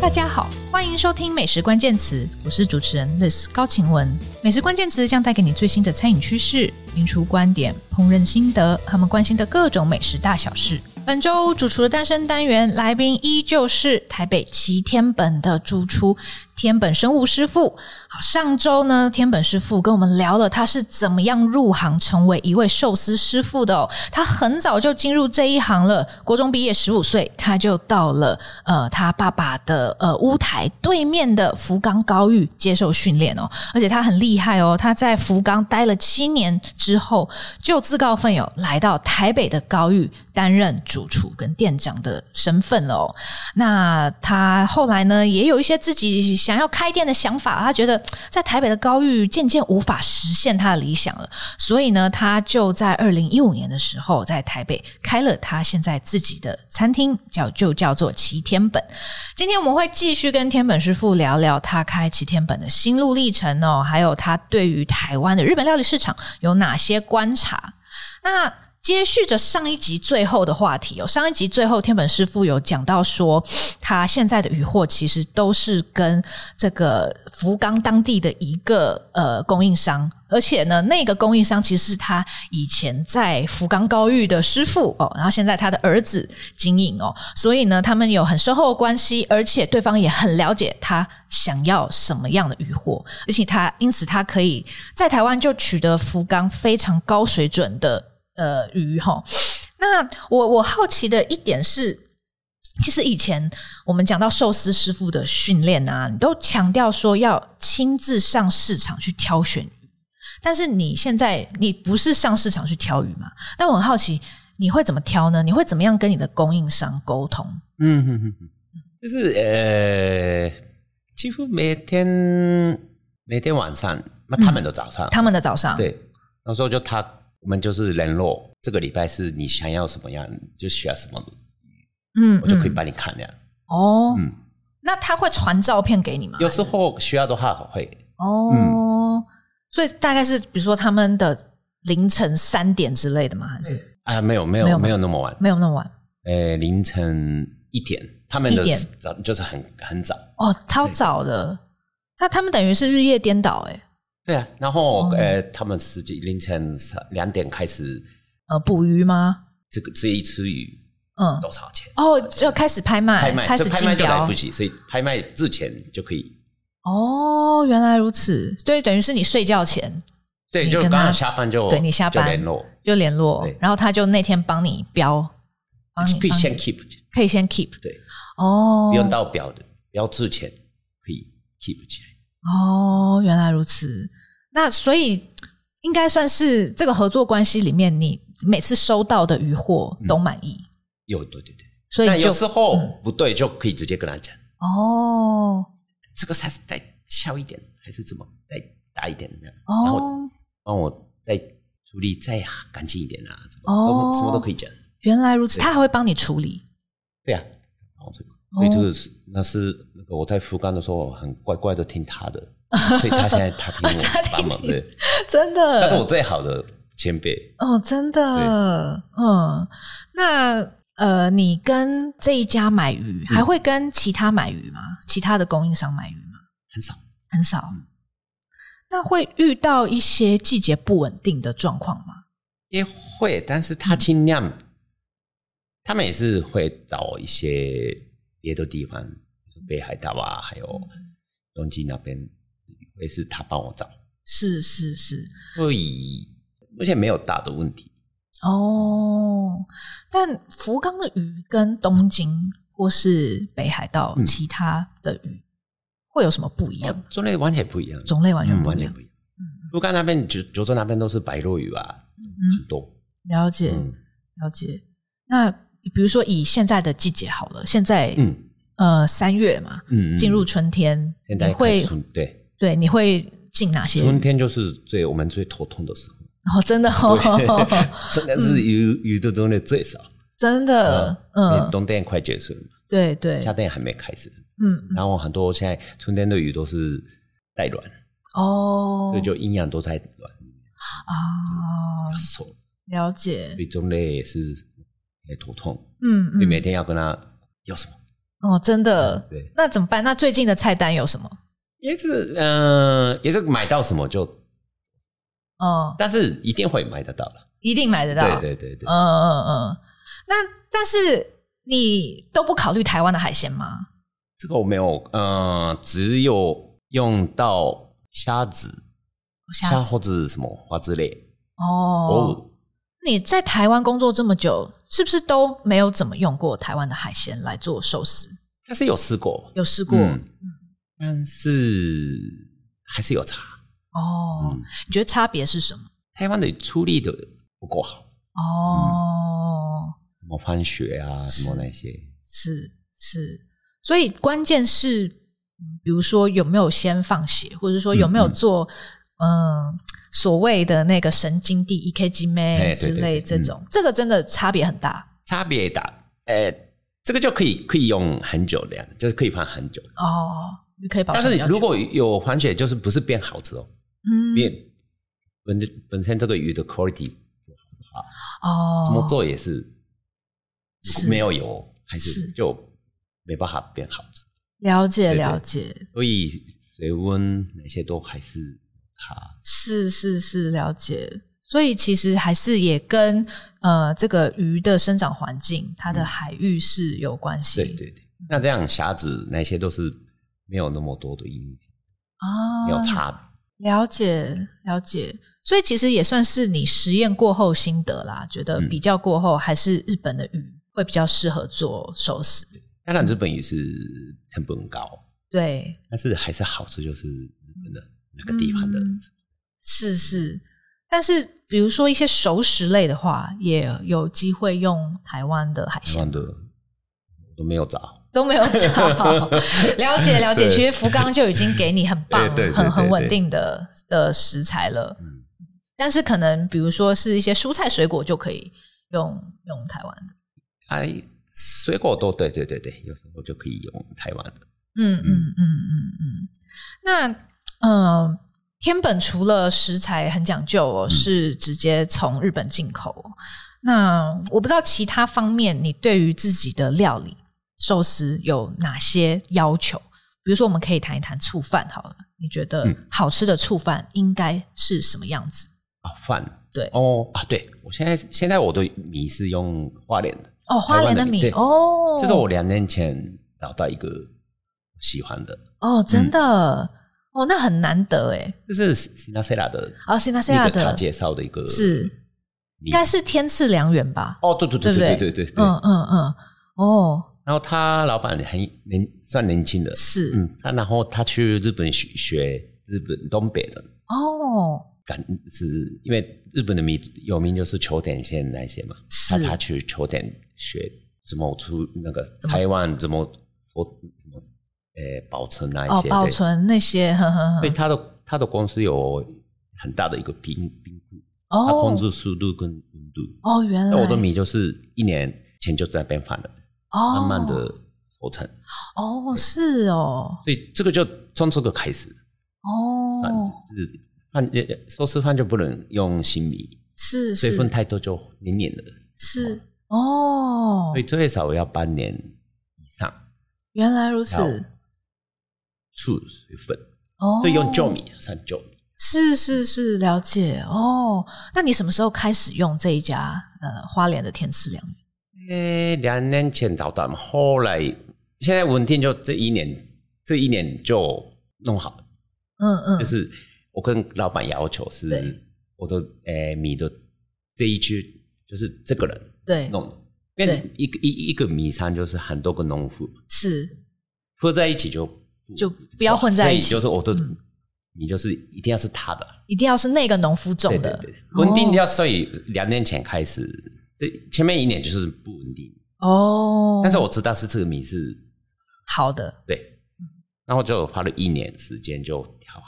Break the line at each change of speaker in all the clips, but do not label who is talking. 大家好，欢迎收听《美食关键词》，我是主持人 Liz 高晴雯。美食关键词将带给你最新的餐饮趋势、名厨观点、烹饪心得，他们关心的各种美食大小事。本周主厨的诞生单元来宾依旧是台北齐天本的主厨天本生物师傅。好，上周呢，天本师傅跟我们聊了他是怎么样入行成为一位寿司师傅的哦。他很早就进入这一行了，国中毕业十五岁，他就到了呃他爸爸的呃乌台对面的福冈高育接受训练哦，而且他很厉害哦，他在福冈待了七年之后，就自告奋勇来到台北的高育担任主厨跟店长的身份了哦。那他后来呢，也有一些自己想要开店的想法，他觉得在台北的高育渐渐无法实现他的理想了，所以呢，他就在二零一五年的时候在台北开了他现在自己的餐厅，叫就叫做齐天本。今天我们会继续跟天本师傅聊聊他开齐天本的心路历程哦，还有他对于台湾的日本料理市场有哪些观察。那接续着上一集最后的话题哦，上一集最后天本师傅有讲到说，他现在的鱼货其实都是跟这个福冈当地的一个呃供应商，而且呢，那个供应商其实是他以前在福冈高玉的师傅哦，然后现在他的儿子经营哦，所以呢，他们有很深厚的关系，而且对方也很了解他想要什么样的鱼货，而且他因此他可以在台湾就取得福冈非常高水准的呃鱼哈。那我我好奇的一点是，其实以前我们讲到寿司师傅的训练啊，你都强调说要亲自上市场去挑选鱼，但是你现在你不是上市场去挑鱼嘛？但我很好奇，你会怎么挑呢？你会怎么样跟你的供应商沟通？
嗯哼哼哼，就是呃，几乎每天每天晚上，那他们的早上，
他们的早上，
啊对，那时候就他我们就是联络，这个礼拜是你想要什么样，就需要什么，
嗯，
我就可以
嗯
帮你看了。
哦，
嗯
那他会传照片给你吗？
有时嗯候需要的话会，
哦，所以大概是比如说他们的凌晨三点之类的吗？还是
啊，没有没有
没有吗
没有那么晚，
没有那么晚？
呃，凌晨一点，他们的
一点
早就是很很早。
哦，超早的。那他们等于是日夜颠倒、欸，
对啊，然后、
哦
呃，他们时间凌晨三两点开始，
呃，捕鱼吗？
这个这一次鱼
嗯，
多少钱？
哦，就开始拍卖，
拍卖，
哎开
这
始
拍卖
竞
就来
标
不。及，所以拍卖之前就可以。
哦，原来如此，所以等于是你睡觉前
对，
你
就
跟
刚
他
好下班就
对你下班
就联络，
就联络
对，
然后他就那天帮你标，帮你
可以
帮你
先 keep，
可以先 keep
对，
哦，
不用到表的，表之前可以 keep 起来。
哦，原来如此。那所以应该算是这个合作关系里面，你每次收到的鱼货都满意，
有对对对，
所以
但
你就嗯
嗯有时候不对就可以直接跟他讲，
哦
这个 size 再小一点，还是怎么再大一点这样，然后
哦，
帮我再处理再干净一点啊，怎
哦
么都什么都可以讲。
原来如此，他还会帮你处理
对啊，然后这个，所以
哦
就是、那是那个我在福冈的时候，我很乖乖的听他的， 所以他现在他听
他
我
听
帮忙
你
的，
真的。
他是我最好的前辈。
哦，真的，嗯，那呃，你跟这一家买鱼，还会跟其他买鱼吗？其他的供应商买鱼吗？
很少，
很少。那会遇到一些季节不稳定的状况吗？
也会，但是他尽量，他们也是会找一些别的地方，比如说北海道啊，还有东京那边，也是他帮我找，
是是是，
所以而且没有大的问题。
哦，但福冈的鱼跟东京或是北海道
嗯
其他的鱼会有什么不一样？
种类完全不一样，
哦种类完全
嗯
不
完
一
全
样。
不一样。福冈那边九九州那边都是白鲈鱼啊，
嗯，
很多。
了解、
嗯
了解。那比如说以现在的季节好了，现在、
嗯
呃三月嘛，
嗯，嗯
进入春天，
现在
你会
春对
对你会进哪些鱼？
春天就是最我们最头痛的时候，
哦，真的哦，
真的是鱼鱼的种类最少。
真 的，
因为
嗯，
冬天快结束了嘛，
对对，
夏天还没开始。
嗯，
然后很多现在春天的鱼都是带卵，
哦，
所以就营养都在卵里面
啊，
发售，
了解
所，以种类也是也头痛，
嗯
所以
嗯
每天要跟它要什么，
哦，真的。
对，
那怎么办？那最近的菜单有什么？
也是嗯、呃也是买到什么就，
哦，
但是一定会买得到了。
一定买得到。
对对对对，
嗯嗯嗯嗯。那但是你都不考虑台湾的海鲜吗？
这个我没有，呃，只有用到虾子、虾
子
或者什么花之类。
哦。
哦，
你在台湾工作这么久，是不是都没有怎么用过台湾的海鲜来做寿司？
但是有试过，
有试过？
嗯，但是还是有差。
哦，
嗯，
你觉得差别是什么？
台湾的出力的不够好，
哦，
什么翻雪啊，
是
什么那些，
是是，所以关键是，嗯比如说有没有先放血，或者说有没有
嗯嗯
做，嗯，所谓的那个神经递 EKG
哎
m
对
之
对
类
对
这种，这个真的差别很大
差别大。呃，这个就可以可以用很久的样子，就是可以放很久。
哦。你可以保
但
存
是
比较
如
久
果有翻雪，就是不是变好吃哦，变
嗯
本本身这个鱼的 quality
哦
怎么做也是
是
没有油，还是
是
就没办法变好吃。
了解
对对
了解，
所以水温那些都还是有差。
是是是了解。所以其实还是也跟呃这个鱼的生长环境、它的海域是有关系。
嗯对对对，那这样虾子那些都是没有那么多的阴影，
啊，
没有差别。
了解了解，所以其实也算是你实验过后心得啦，觉得
嗯
比较过后还是日本的鱼会比较适合做寿司。
当然，日本也是成本很高，
对，
但是还是好吃，就是日本的那个地方的。
嗯是是，但是比如说一些熟食类的话，也有机会用台湾的海
台
鲜
湾的都没有找，
都没有 找，了解了解。
对
其实福冈就已经给你很棒
哎、对对
很很
对
稳
对
定的的食材了，
嗯，
但是可能比如说是一些蔬菜水果就可以用用台湾的。
哎，水果都对对对对，有时候就可以用台湾的。
嗯嗯嗯嗯嗯。那呃，天本除了食材很讲究
嗯
哦，是直接从日本进口哦、那我不知道其他方面，你对于自己的料理寿司有哪些要求？比如说，我们可以谈一谈醋饭好了。你觉得
嗯
好吃的醋饭应该是什么样子？
啊，饭
对
哦啊，对我现在现在我的米是用花莲的，
哦，花莲的米
台湾的米对
哦，
这是我两年前找到一个喜欢的，
哦，
嗯
真的、哦，那很难得哎。
这是 s i n a s e r a 的
哦，新纳西
那
亚
个他
的
介绍的一个
是
米
应该是天赐良缘吧？
哦，对对
对
对
不
对
对
对对对，
嗯嗯嗯，哦，
然后他老板很年算年轻的，
是、
嗯，他然后他去日本学学日本东北的，
哦，
感是因为日本的米有名就是秋田县那些嘛，
是
那他去秋田学怎么出那个
怎么
台湾怎么说怎么呃保存那一
哦
些，，
保
对
存那些，呵呵
所以
呵，
他的他的公司有很大的一个评评估，他控
哦
制速度跟温度，
哦，原来
那我的米就是一年前就在那边放了，
哦，
慢慢的熟成，
哦，是哦，
所以这个就从这个开始算，
哦，
就是饭呃寿司饭就不能用新米，
是
水
是
分太多就黏黏的。
是哦
所以，最少要半年以上
原来如
要
此，
出水分，
哦，
所以用旧米算旧米。
是是是，了解哦。那你什么时候开始用这一家呃花莲的天赐良缘？
诶，两年前找到嘛，后来现在稳定就这一年，这一年就弄好，
嗯嗯，
就是我跟老板要求
对
是我的诶米的这一区就是这个人
对，
弄的，因为一个一一个米仓就是很多个农户嘛，
是
合在一起就
就不要混在一起嗯
所以就是我的米就是一定要是他的。
一定要是那个农夫种
对
的，
对对，稳定
哦
要所以两年前开始，这前面一年就是不稳定，
哦，
但是我知道是这个米是
好的，
对，然后就花了一年时间就调好，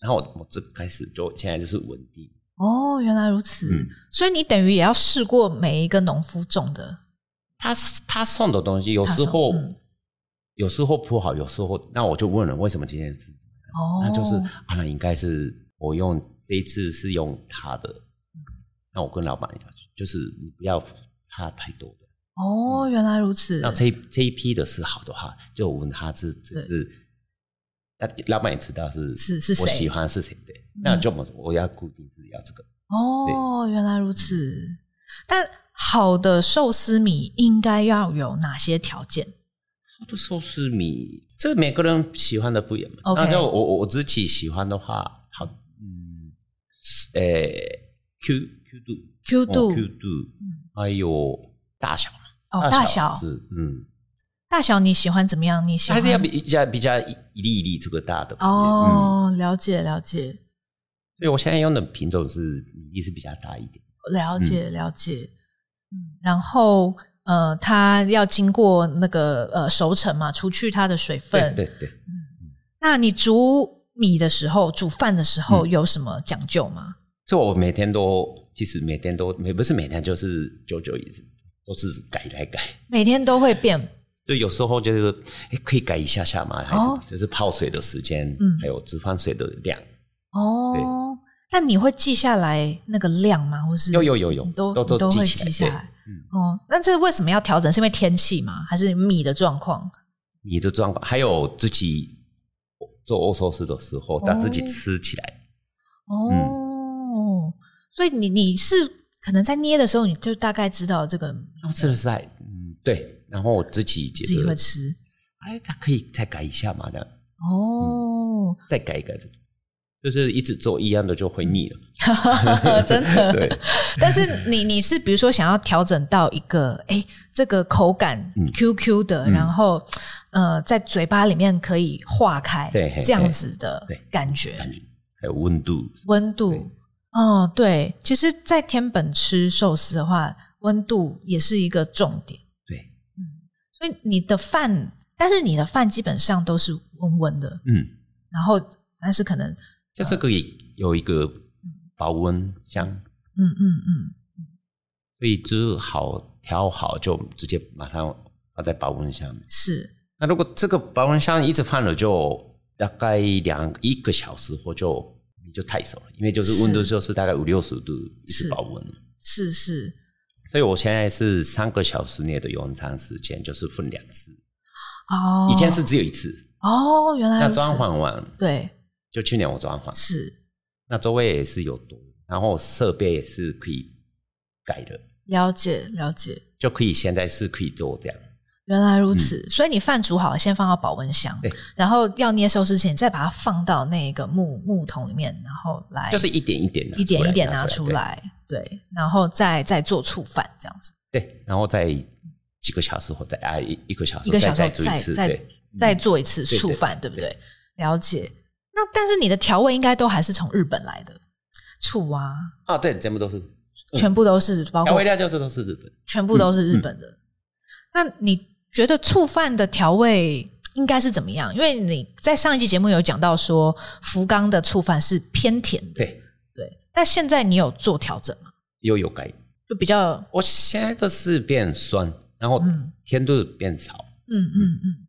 然后我我这开始就现在就是稳定，
哦，原来如此，
嗯
所以你等于也要试过每一个农夫种的，
他他送的东西有时候、
他送嗯
有时候铺好，有时候那我就问了为什么今天是，
哦，
那就是啊那应该是我用这一次是用他的，那我跟老板讲就是你不要差太多的，嗯
哦，原来如此。
那这一这一批的是好的话，就问他是只是，那老板也知道是
是是
我
谁
喜欢是谁对，那就我我要固定是要这个，
哦，原来如此。但好的寿司米应该要有哪些条件？
他的寿司米，这每个人喜欢的不一样嘛。
OK
那就我我我自己喜欢的话，好，嗯，呃，Q Q 度
Q 度
哦，Q 度，还有大小嘛，
哦，大小
是嗯，
大小你喜欢怎么样？你喜
还
欢
是要比比较比较一粒一粒这个大的嗯，
哦，了解了解
所以我现在用的品种是米粒是比较大一点。
了解了解。嗯，然后呃，它要经过那个呃熟成嘛，除去它的水分。
对对对，
那你煮米的时候，煮饭的时
嗯
候有什么讲究吗？
所以我每天都，其实每天都，每不是每天，就是久久也是都是改来改。
每天都会变
对，有时候就是诶可以改一下下嘛，还
哦
是就是泡水的时间，
嗯
还有置换水的量，
哦。那你会记下来那个量吗？或是
有有有有
你，都
都
你都
记
会
起
记
来。
下
对嗯
来。哦，那这为什么要调整？是因为天气吗？还是米的状况？
你的状况，还有自己做欧寿司的时候，让自己吃起来。
哦，
嗯
所以你你是可能在捏的时候，你就大概知道这个
然后吃的是在，嗯，对。然后我自己
自
觉
己会
得，
吃。
哎，它可以再改一下嘛，这样
哦，
再改一改，就是一直做一样的就会腻了。
真的。
嗯 对，
但是你你是比如说想要调整到一个哎、诶这个口感
嗯
QQ 的，
嗯
然后呃在嘴巴里面可以化开，
对嘿
这样子的
对
感觉。
感觉还有温度，
温度
对。
哦，对，其实，在天本吃寿司的话，温度也是一个重点。
对，
所以你的饭，但是你的饭基本上都是温温的，
嗯。
然后但是可能，嗯
就这个也有一个保温箱，
嗯嗯，
所以只好调好就直接马上放在保温箱里。
是
那如果这个保温箱一直放了，就大概两一个小时或就你就太熟了，因为就是温度
是
就是大概五六十度一
是
直保温。
是是
所以我现在是三个小时内的用餐时间，就是分两次，
哦，
以前是只有一次。
哦，原来
那
如此，
装潢完，
对
就去年我装潢，
是
那周围也是有多，然后设备也是可以改的。
了解了解，
就可以现在是可以做这样。
原来如此，所以你饭煮好，先放到保温箱
嗯对，
然后要捏寿司前，再把它放到那个木木桶里面，然后来
就是一点一点拿出来
一点一点拿出
对
来，对，然后再再做醋饭这样子，
对，然后再几个小时后再啊一一个小时
一个小时
再
后
再做一次，
再
对，
再做一次
嗯对
醋饭，对
对
不对？了解。那但是你的调味应该都还是从日本来的，醋啊，
啊对，全部都是嗯
全部都是包括
调味料就是都是日本，
全部都是
嗯
日本的。那你觉得醋饭的调味应该是怎么样？因为你在上一期节目有讲到说福冈的醋饭是偏甜的，
对，
对。但现在你有做调整吗？
又有改。
就比较，
我现在都是变酸，然后
嗯
甜度变少，
嗯嗯嗯。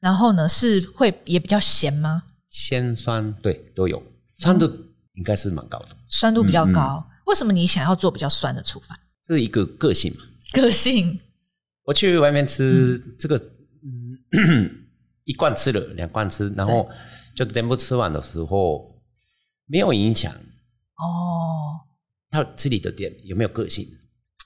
然后呢，是会也比较咸吗？
鲜酸对都有，酸度应该是蛮高的，
酸度比
嗯
较高。为什么你想要做比较酸的醋饭？
这是一个个性嘛。
个性
我去外面吃这个，嗯， 一罐吃了，两罐吃，然后就全部吃完的时候没有影响。
哦。
他吃你的店有没有个性？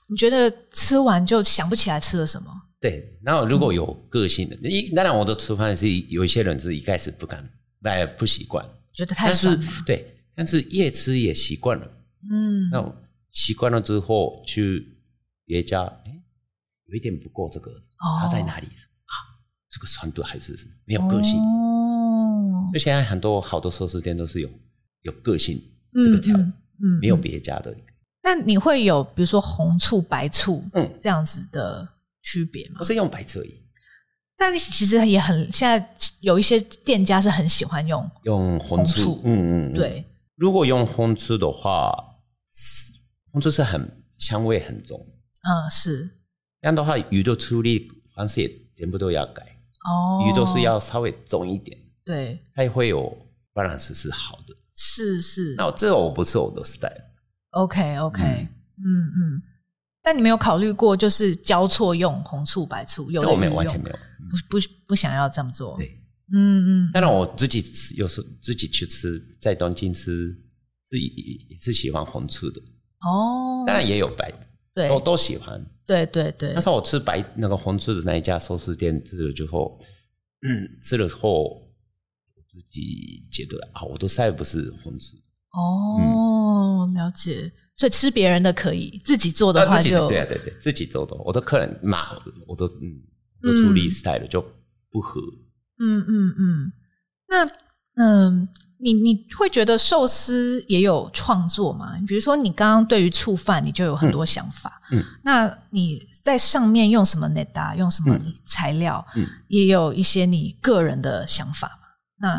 你觉得吃完就想不起来吃了什么？
对，然后如果有个性的，
嗯
一当然我的吃饭是有一些人是一开始不敢，哎不习惯，
觉得太
但
酸
是
了。
对，但是越吃也习惯了，
嗯，
那我习惯了之后去别家，哎，有一点不够这个，
哦
它在哪里？啊，这个酸度还是什么没有个性？
哦
所以现在很多好多寿司店都是有有个性
嗯
这个调，
嗯嗯
没有别家的，
那你会有比如说红醋、白醋
嗯，
这样子的区别吗
不？是用白色而已，
但其实也很，现在有一些店家是很喜欢用，
用红
红
醋
醋，
嗯嗯，嗯
对，
如果用烘吃的话，烘吃是很香味很重，
嗯，是
这样的话鱼的处理方式也全部都要改，
哦，
鱼都是要稍微重一点，
对，
才会有 balance 是好的。
是是
那这个我不是我的 style，
，OK OK，嗯嗯。但你没有考虑过，就是交错用红醋白醋，有
这
的
我没有
运
完
用
全没有。
不不不想要这么做。
对，
嗯嗯，
当然我自己吃，有时候自己去吃，在东京吃是也是喜欢红醋的，
哦，
当然也有白，
对
都都喜欢。
对对对
那，时候我吃白那个红醋的那一家寿司店吃了之后， 嗯，吃了之后我自己觉得啊，我都再也不是红醋，
哦，了解。所以吃别人的可以，自己做的
那
话
自己
就
嗯对啊对对，自己做的，我的客人骂我我都嗯，我都处理 style 就不合。
嗯嗯嗯。那嗯，你你会觉得寿司也有创作吗？比如说你刚刚对于醋饭，你就有很多想法。
嗯，
那你在上面用什么 neta，用什么
嗯
材料，
嗯
也有一些你个人的想法嘛？那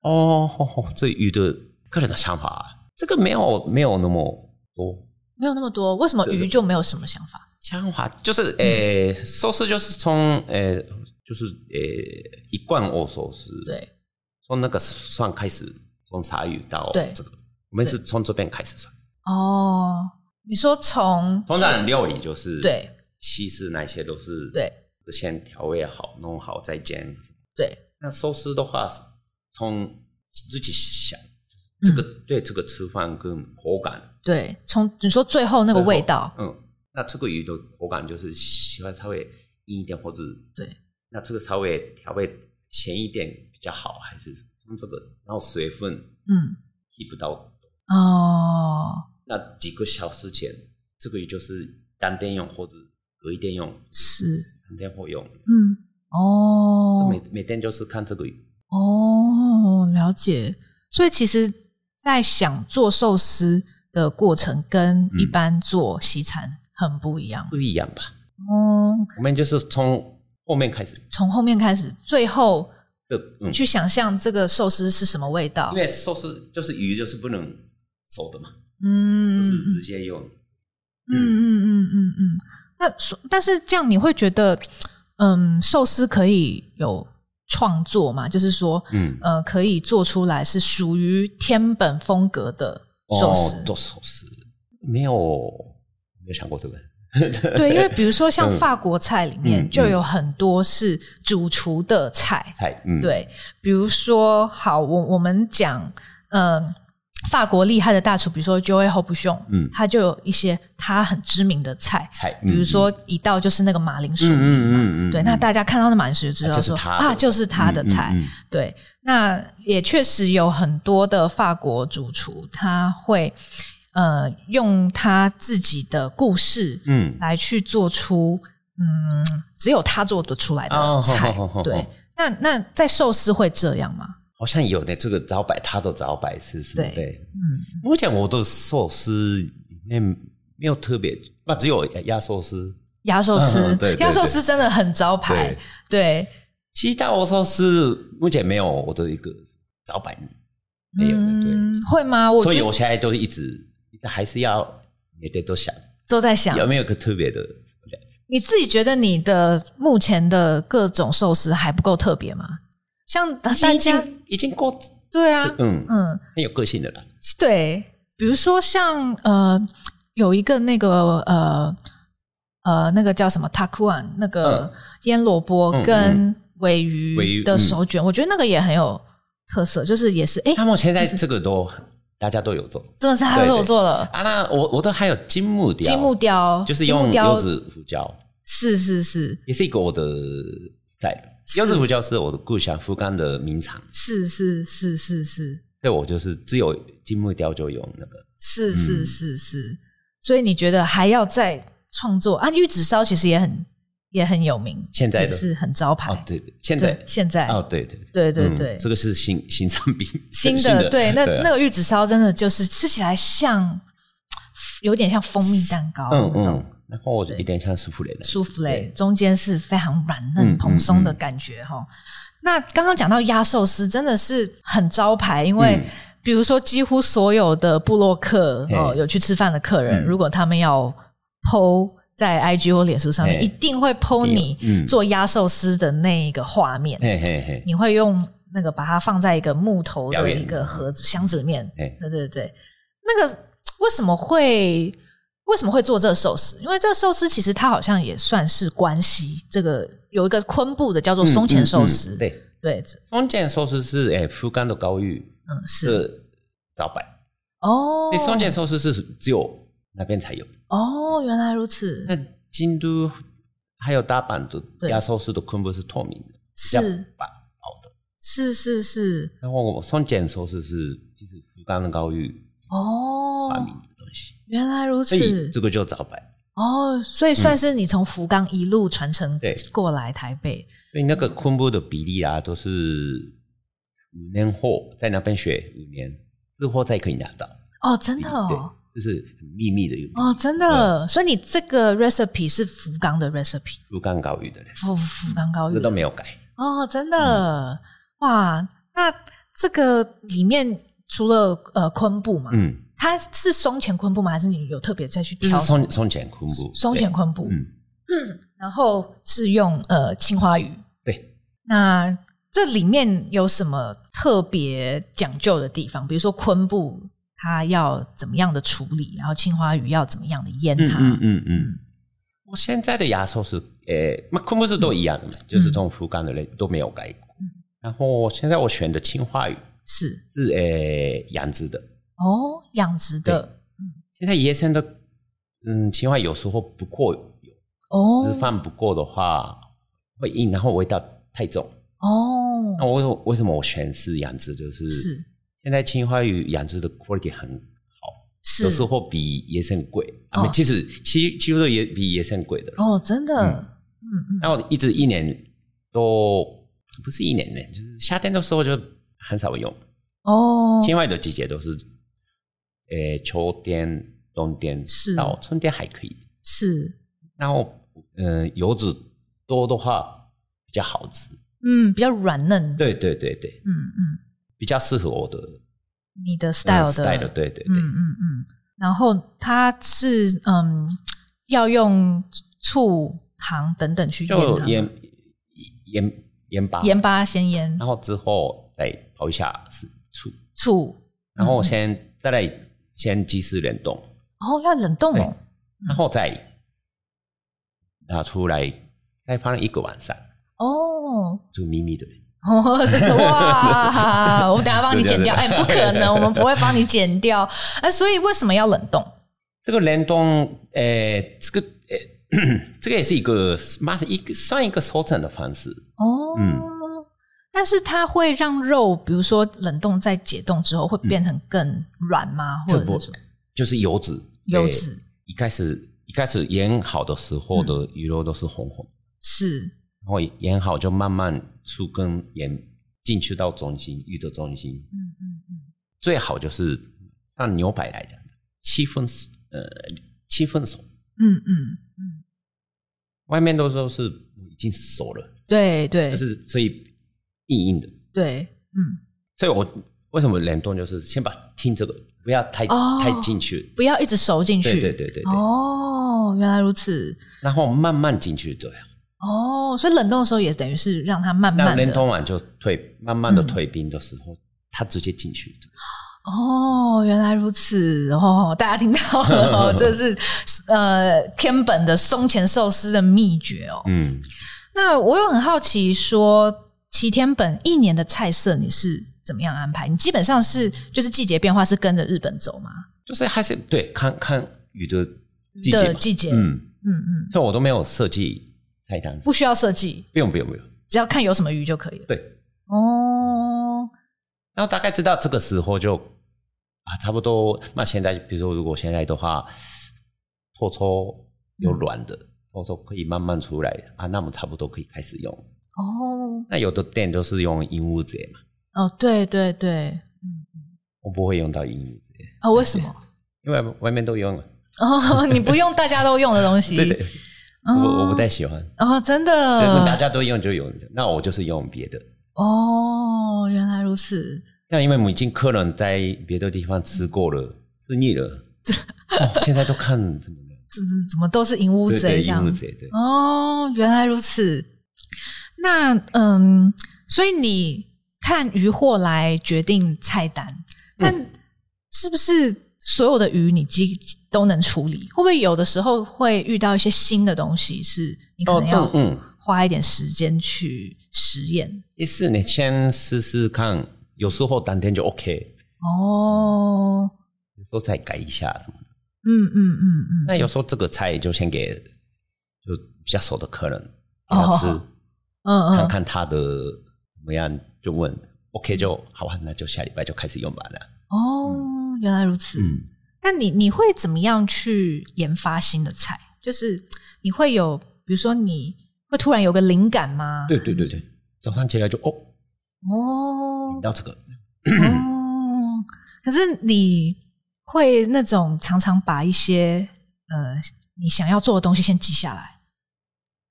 哦，吼吼这鱼的客人的想法，这个没有没有那么多
没有那么多，为什么
对对
鱼就没有什么想法？
想法，就是呃，寿司就是从呃，就是呃，一贯我寿司，
对，
从那个算开始，从茶语到
对
这个，我们是从这边开始算。
哦，你说从
通常料理就是
对
西式那些都是
对，
先调味好，弄好再煎。
对，
那寿司的话，是从自己想，
嗯
就是这个、对这个吃饭跟口感
对，从你说最后那个味道，
嗯，那这个鱼的口感就是喜欢稍微硬一点，或者
对，
那这个稍微调味咸一点比较好，还是用这个，然后水分
嗯，
提不到
哦，
那几个小时前，这个鱼就是当天用或者隔一天用，
是，
三天后用。
嗯，哦
每，每天就是看这个鱼，
哦，了解。所以其实，在想做寿司的过程，跟一般做西餐很不一样。
不一样吧？
哦，
我们就是从后面开始，
从后面开始，最后
这嗯，
去想象这个寿司是什么味道
因。为寿司就是鱼，就是不能熟的嘛，
嗯，
就是直接用。
嗯嗯嗯嗯嗯。那所但是这样你会觉得，嗯，寿司可以有创作嘛？就是说，
嗯，
呃，可以做出来是属于天本风格的寿司。
哦，做寿司没有没有想过这个，
对，因为比如说像法国菜里面
嗯
就有很多是主厨的菜，
菜，嗯，，
对，比如说好，我我们讲，嗯、法国厉害的大厨，比如说 Joey Hobson，
嗯
他就有一些他很知名的菜，
菜，
比如说一道就是那个马铃薯泥嘛，
嗯
对，那大家看到那马铃薯就知道说
就是他的
啊，就是他的菜，
嗯嗯嗯
对，那也确实有很多的法国主厨他会呃用他自己的故事
嗯，
来去做出嗯只有他做得出来的
哦
菜
好好好，好
对。那那在寿司会这样吗？
好像有的这个招牌，它的招牌是什么？
对
对，
嗯，
目前我的寿司里面没有特别，那只有鸭寿司、
鸭寿司
嗯对，对
鸭寿司真的很招牌
对，
对，
鸡蛋寿司，目前没有我的一个招牌，没有的，
嗯，会吗？
对。
我
所以
就
我现在都一直一直还是要每天都想
都在想，
有没有个特别的，
你自己觉得你的目前的各种寿司还不够特别吗？像大
已
家
经已经够，
对啊，
嗯，
嗯，
很有个性的了。
对，比如说像呃，有一个那个呃呃，那个叫什么 takuan 那个腌萝卜
嗯嗯
跟尾鱼
尾鱼
的
嗯
手卷，我觉得那个也很有特色，就是也是哎，
那么现在这个都大家都有做
真的是他
对
都有
对
做了
啊，那我我都还有金木雕，
金木雕，
就是
金木
用
雕
柚，子胡椒。
是是是
也是一个我的 style。柚子胡椒是我的故乡福冈的名产，
是是是是是
所以我就是只有金木雕就用那个。
是
嗯
是是是，所以你觉得还要再创作啊？玉子烧其实也很也很有名，
现在
也
的
是很招牌，
哦，对对，现
对
在
现在
哦，对对
对对
嗯
对
这个是新新产品，
新的
的哎啊
对，那那个
个
玉子烧真的就是吃起来像，有点像蜂蜜蛋糕
嗯
那种
嗯，然后我就有点像舒芙蕾的，
舒芙蕾
对，
中间是非常软嫩
嗯
蓬松的
嗯
感觉哈。那刚刚讲到鸭寿司，真的是很招牌，因为
嗯
比如说几乎所有的部落客
嘿
哦有去吃饭的客人，
嗯
如果他们要剖。在 IG 或脸书上面，
嘿
一定会剖你
嗯
做鸭寿司的那一个画面。
嘿嘿嘿，
你会用那个把它放在一个木头
表
的
演
一个盒子箱子里面，
哎
对对对，那个为什么会为什么会做这个寿司？因为这个寿司其实它好像也算是关西这个有一个昆布的叫做松前寿司，
嗯嗯对，
对，
松前寿司是诶福冈的高玉
嗯是
是招牌，
哦
所以，松前寿司是只有那边才有。
哦，原来如此，
那京都还有大阪的
对
亚寿司的昆布是透明的，比较
是
薄薄的。
是是是，
然后我松前寿司是就是福冈的高玉
哦
发，明的东西，
原来如
所以
此
这，个就招牌。
哦，所以算是你从福冈一路传承
对
过来台北，
所以那个昆布的比例啊，都是五年后在那边学五年之后才可以拿到。
哦，真的哦，
对，就是很秘密的一个
哦，真的，所以你这个 recipe 是福冈的 recipe，
福冈高玉的人，
福福冈高
这
玉
个
的
都没有改。
哦，真的、
嗯
哇！那这个里面除了呃昆布嘛，
嗯，
它是松前昆布吗？还是你有特别再去
这
挑
是松松前昆布，
松前昆布？
对嗯，
然后是用呃青花鱼。
对，
那这里面有什么特别讲究的地方？比如说昆布它要怎么样的处理，然后青花鱼要怎么样的腌
嗯
它？
嗯嗯嗯。我现在的牙寿是，诶，那昆布是都一样的嘛，就是从福冈的人都没有改过。然后现在我选的青花鱼
是
是诶养殖的，
哦，养殖的
现在 E 野生的，嗯，青花有时候不过油
哦
吃饭不够的话会硬，然后味道太重。
哦
那我为什么我全是养殖？就是
是
现在青花鱼养殖的 quality 很好，
是
有时候比野生贵。啊、
哦
其实其其实也比野生贵的。
哦，真的嗯嗯
然后一直一年都不是一年呢，就是夏天的时候就很少用。
哦
青花鱼的季节都是，呃，秋天、冬天
是
到春天还可以。
是，
然后，嗯、油脂多的话比较好吃。
嗯，比较软嫩，，
对对对对，
嗯嗯，
比较适合我的
你的 style 的，
嗯 style，对对
嗯嗯
对，
嗯，然后它是嗯要用醋、糖等等去腌它
就
吗，
盐盐盐巴，
盐巴先腌，
然后之后再泡一下醋，
醋，
然后先再来先鸡丝冷冻，
哦要冷冻哦，
然后再拿出来，再放一个晚上，
哦。
就秘密的。
哦，这个哇！我们等一下帮你剪掉，哎、不可能，我们不会帮你剪掉。哎、所以为什么要冷冻？
这个冷冻，呃， 这个呃，这个也是一个，妈是一个算一个收成的方式。
哦，
嗯
但是它会让肉，比如说冷冻在解冻之后，会变成更软吗？
嗯这
或者
不
是说
就是油脂，
油
呃
脂
一开始一开始腌好的时候的鱼肉都是红红，
是
然后腌好就慢慢出根盐进去到中心鱼的中心，
嗯嗯嗯，
最好就是像牛排来讲，七分熟呃七分熟，
嗯嗯嗯，
外面都说是已经熟了，
对对、嗯
就是所以硬硬的，
对，嗯，
所以我为什么冷冻就是先把听这个不要太、
哦
太进去，
不要一直熟进去。
对对对对对，
哦，原来如此。
然后慢慢进去对。
哦，所以冷冻的时候也等于是让它慢
那
慢
冷
的。
冻完就退，慢慢的
嗯
退冰的时候，它直接进去。
哦，原来如此。哦，大家听到 了，哦这是呃天本的松前寿司的秘诀哦。
嗯，
那我又很好奇说，齐天本一年的菜色你是怎么样安排？你基本上是就是季节变化是跟着日本走吗？
就是还是对，看看雨的季节
的
嘛。
季节，嗯
嗯，
嗯，
所以我都没有设计菜单子，
不需要设计，
不用不用不用。
只要看有什么鱼就可以了。
对，
哦，
然后大概知道这个时候就啊，差不多。那现在比如说，如果现在的话，透抽有软的，透抽可以慢慢出来啊，那么差不多可以开始用。
哦，
那有的店都是用鹦鹉节嘛，
哦，对对对，
我不会用到鹦鹉节，
哦，为什么？
因为外面都用了。
哦，你不用大家都用的东西，
对对。
哦，
我我不太喜欢，
哦，真
对那大
的，
家都用就用，那我就是用别的。
哦，原来如此，
这样，因为母亲客人在别的地方吃过了，吃腻了，哦现在都看怎么样？
这这怎么都是银 乌
对对，
贼这
鹦
样
鹉
子？
贼对。
哦，原来如此。那嗯，所以
嗯
你看鱼货来决定菜单，但是不是所有的鱼你基都能处理，会不会有的时候会遇到一些新的东西，是你可能要
嗯嗯，
花一点时间去实验？
一是你先试试看，有时候当天就 OK，
哦，
有时候再改一下什么的。
嗯嗯嗯嗯，
那有时候这个菜就先给就比较熟的客人给他吃，
哦嗯嗯，
看看他的怎么样，就问 OK 就好吧，那就下礼拜就开始用吧了。
哦，原来如此。
嗯，
那你你会怎么样去研发新的菜？就是你会有，比如说你会突然有个灵感吗？
对对对对，早上起来就哦，
哦
要这个，
哦，可是你会那种常常把一些呃你想要做的东西先记下来，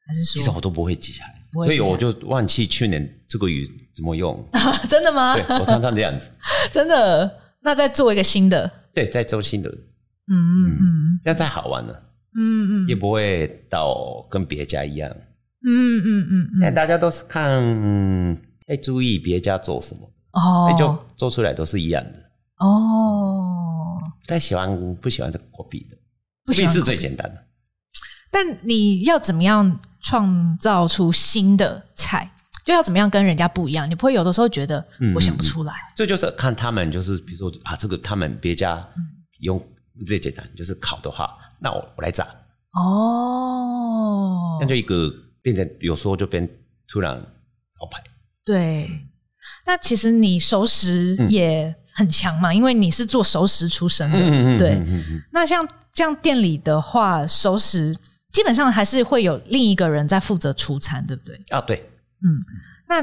还是
其实
说
我都不会记下来，
不会记
所以
下来
我就忘记去年这个鱼怎 么用。
真的吗
对？我常常这样子，
真的？那再做一个新的，
对，在周新的
嗯嗯
这样才好玩呢、
嗯嗯
也
嗯
不会到跟别家一样。
嗯嗯嗯
现在
嗯，
大家都是看太注意别家做什么，所以
哦
就做出来都是一样的。
哦，
不太喜欢不喜欢这个 copy 的
不喜
，copy
欢
是最简单的。
但你要怎么样创造出新的菜？就要怎么样跟人家不一样？你不会有的时候觉得
嗯
我想不出来，
这就是看他们，就是比如说啊，这个他们别家
嗯
用最简单，就是烤的话，那我我来炸，
哦
那，就一个变成有时候就变突然招牌。
对。那其实你熟食也很强嘛，因为你是做熟食出身的。
嗯
对
嗯嗯
那像这样店里的话，熟食基本上还是会有另一个人在负责出餐，对不对？
啊，对，
那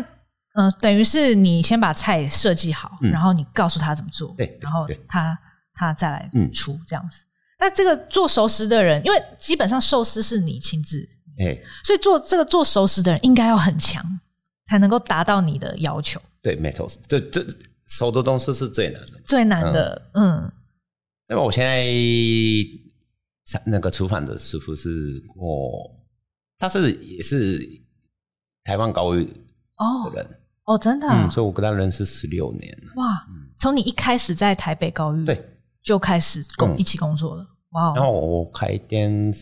呃，等于是你先把菜设计好，
嗯
然后你告诉他怎么做，
对对
然后
对
他他再来
嗯
出这样子。那这个做熟食的人，因为基本上寿司是你亲自，
哎，
所以做这个做熟食的人应该要很强，才能够达到你的要求。
对，metal，这这手的东西是最难的。
最难的，嗯，
那么我现在上那个厨房的师傅是我，他是也是台湾高语的
哦
人，
哦，真的啊、
嗯，所以我跟他认识十六年了。
哇！从你一开始在台北高育
对，
就开始工、
嗯
一起工作了，哇
然
哦
后我开店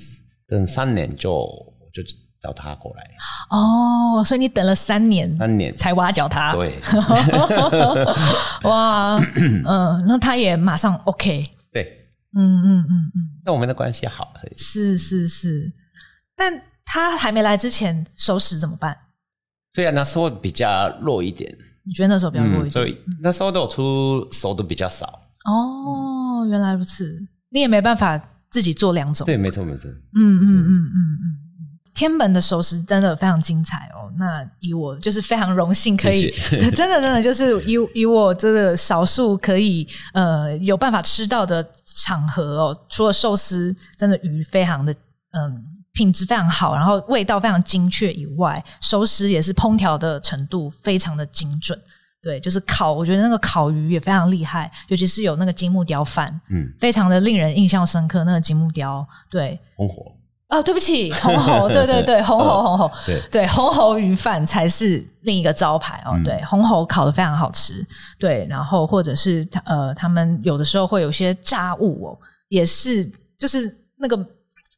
等三年就我就找他过来，
哦，所以你等了三年
三年
才挖角他，
对
哇，嗯，那他也马上 OK，
对，
嗯嗯嗯嗯，
那我们的关系好，很
是是是，但他还没来之前，熟食怎么办？
虽啊然那时候比较弱一点，
你觉得那时候比较弱一点
嗯所？以那时候的我出手的比较少，
哦，原来如此，你也没办法自己做两种，
对，没错没错，
嗯嗯嗯嗯嗯。天本的熟食真的非常精彩哦。那以我就是非常荣幸可以，
谢
对，真的真的就是以以我这个少数可以呃有办法吃到的场合哦，除了寿司，真的鱼非常的嗯、品质非常好，然后味道非常精确以外，熟食也是烹调的程度非常的精准。对，就是烤，我觉得那个烤鱼也非常厉害，尤其是有那个金木雕饭，
嗯，
非常的令人印象深刻。那个金木雕，对，
红火，
哦，对不起，红猴，对对对，红猴红猴，
对
对红猴鱼饭才是另一个招牌哦。对，红猴烤的非常好吃，对，然后或者是他呃，他们有的时候会有些炸物哦，也是就是那个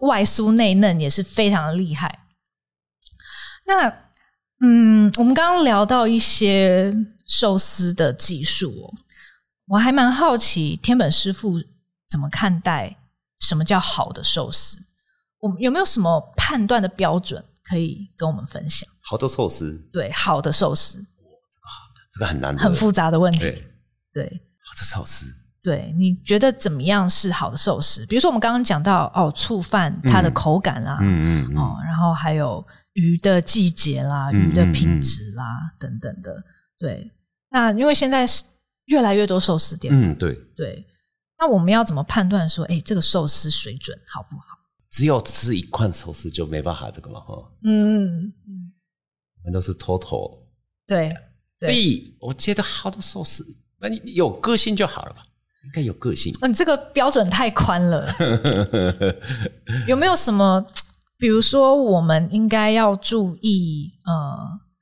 外酥内嫩也是非常的厉害。那嗯，我们刚刚聊到一些寿司的技术哦，我还蛮好奇天本师傅怎么看待什么叫好的寿司。我们有没有什么判断的标准可以跟我们分享？
好多寿司，
对，好的寿司
这个很难得，
很复杂的问
对，
题。
好
对
多寿司，
对，你觉得怎么样是好的寿司？比如说我们刚刚讲到哦，醋饭它的
嗯
口感啦，
嗯嗯嗯，
哦，然后还有鱼的季节啦、鱼的
嗯嗯
品
嗯
质啦、等等的。对，那因为现在是越来越多寿司店，
嗯对，
对，那我们要怎么判断说，哎，这个寿司水准好不好？
只有吃一块寿司就没办法这个嘛哈，我
嗯，
们都是 total，
对，对
所以我觉得好多寿司，那你有个性就好了吧，应该有个 性，嗯
嗯，这个标准太宽了。有没有什么，比如说我们应该要注意，呃，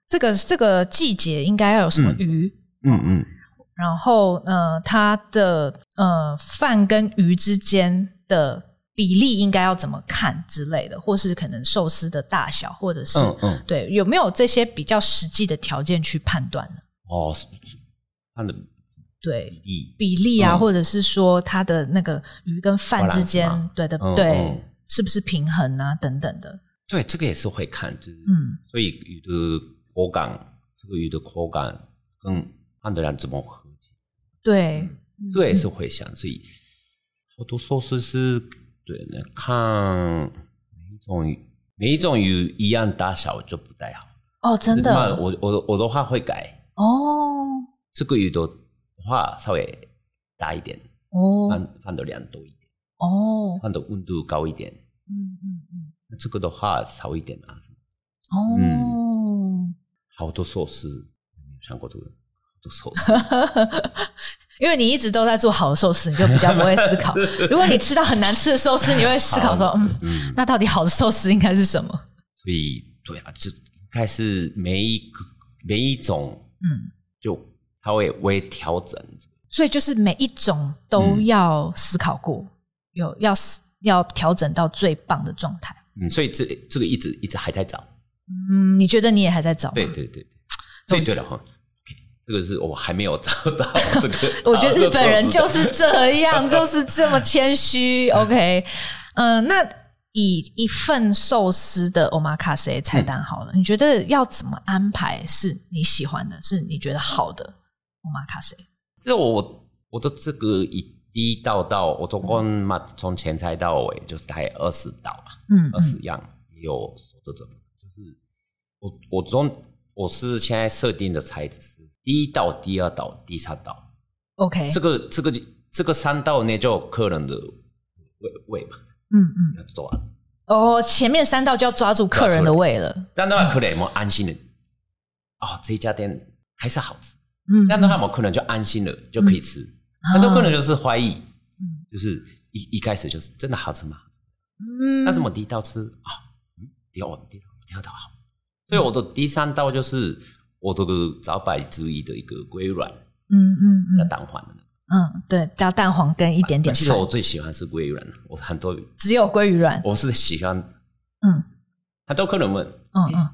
这个这个季节应该要有什么鱼？
嗯嗯，
然后呃，它的呃饭跟鱼之间的比例应该要怎么看之类的，或是可能寿司的大小，或者是、
嗯嗯，
对有没有这些比较实际的条件去判断呢？
哦，是是它的
对
比例
比例啊，
嗯
或者是说它的那个鱼跟饭之间
Balance 嘛
对的、
嗯
对、
嗯
是不是平衡啊等等的，
对这个也是会看，就是、
嗯
所以鱼的口感，这个鱼的口感跟汉德兰怎么合起
对。
这个也是会想，所以好多寿司是对的，看每一种鱼每一种鱼一样大小就不太好。
哦，真的
那我我我的话会改，
哦
这个鱼的话稍微大一点，
哦
放放的量多一点，
哦，
放的温度高一点。
嗯嗯嗯，
那这个的话少一点啊，什么
哦。
嗯好多寿司没有想过这个，好多寿司
因为你一直都在做好的寿司，你就比较不会思 考。如果你吃到很难吃的寿司，你会思考说，
好
嗯，
嗯。
那到底好的寿司应该是什么？
所以对啊，这应该是每一个每一种
嗯，
就稍微微调整，
所以就是每一种都
嗯
要思考过，有要思要调整到最棒的状态。
嗯，所以这这个一直一直还在找，
嗯，你觉得你也还在找吗？
对对对，所以对了哈，OK，这个是我还没有找 到这个，
我觉得日本人就
啊
是这样，就是这么谦虚。OK，嗯、那以一份寿司的 omakase 菜单好了，你觉得要怎么安排是你喜欢的，是你觉得好的 omakase？
这我我的这个一第一道到我总共嘛从前菜到尾就是大概二十道嘛，
嗯
二十样也有说的怎么，就是我我总我是现在设定的菜是第一道、第二道、第三道。
，OK，
这个这个这个三道呢，就客人的胃胃嘛，
嗯嗯，
要做啊完。
哦，前面三道就要抓住客人的胃了，
这样的话，客人有没有安心了？哦，这一家店还是好吃。
嗯
这样的话，我们客人就安心了，就可以吃。很多客人就是怀疑，
嗯
就是一一开始就是真的好吃吗？
嗯
但是我第一道吃啊，嗯，第二第二道第二道好，所以我的第三道就是我这个早百之一的一个龟卵
嗯嗯
加
嗯
蛋黄的。
嗯，对，加蛋黄跟一点点
其实
饭，
我最喜欢是龟卵，我很多
只有鲑鱼卵，
我是喜欢
嗯
很多客人问，
嗯
诶
嗯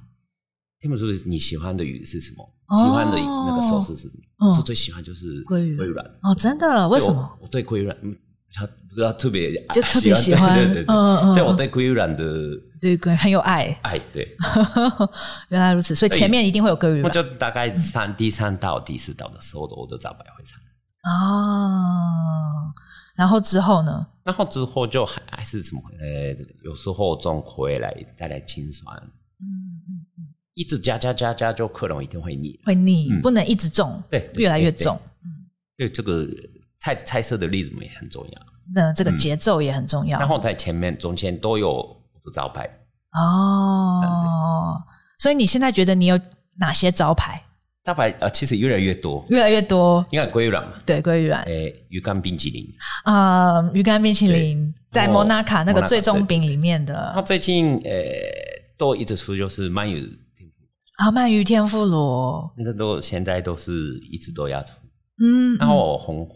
他们说你喜欢的鱼是什么？
哦
喜欢的那个寿司是什
嗯
么？我最喜欢就是
鲑鱼
鲑鱼卵。
哦，真的？为什么？
我？我对鲑鱼卵，嗯他不知道特别
就特别喜欢
对对对对。
嗯嗯
所以我对鲑鱼卵的
对，鲑鱼很有爱。
爱，对，
原来如此，所以前面一定会有鲑鱼
我
吧？
就大概三第三道、第四道的时候，我都找百会餐。
哦，然后之后呢？
然后之后就还还是什么，呃，有时候中回来再来清算，
嗯嗯，
一直加加加加，就客人一定会腻。
会腻，
嗯
不能一直重，
对对
越来越
对对
重。
所以这个菜菜色的例子也很重要。
那这个节奏也很重要。
嗯然后在前面、中间都有招牌，
哦，所以你现在觉得你有哪些招牌？
招牌呃其实越来越多，
越来越多，
你看鲑鱼卵嘛，
对鲑鱼卵，
诶、呃鱼干冰淇淋。
啊，鱼干冰淇淋，在
然后
摩纳卡那个
Monaca，
最终
哦对
饼里面
然后
的
最近呃都一直出就是鳗鱼天妇罗，
啊，鳗鱼天妇罗，
那个都现在都是一直都要出。
嗯，
然后红火，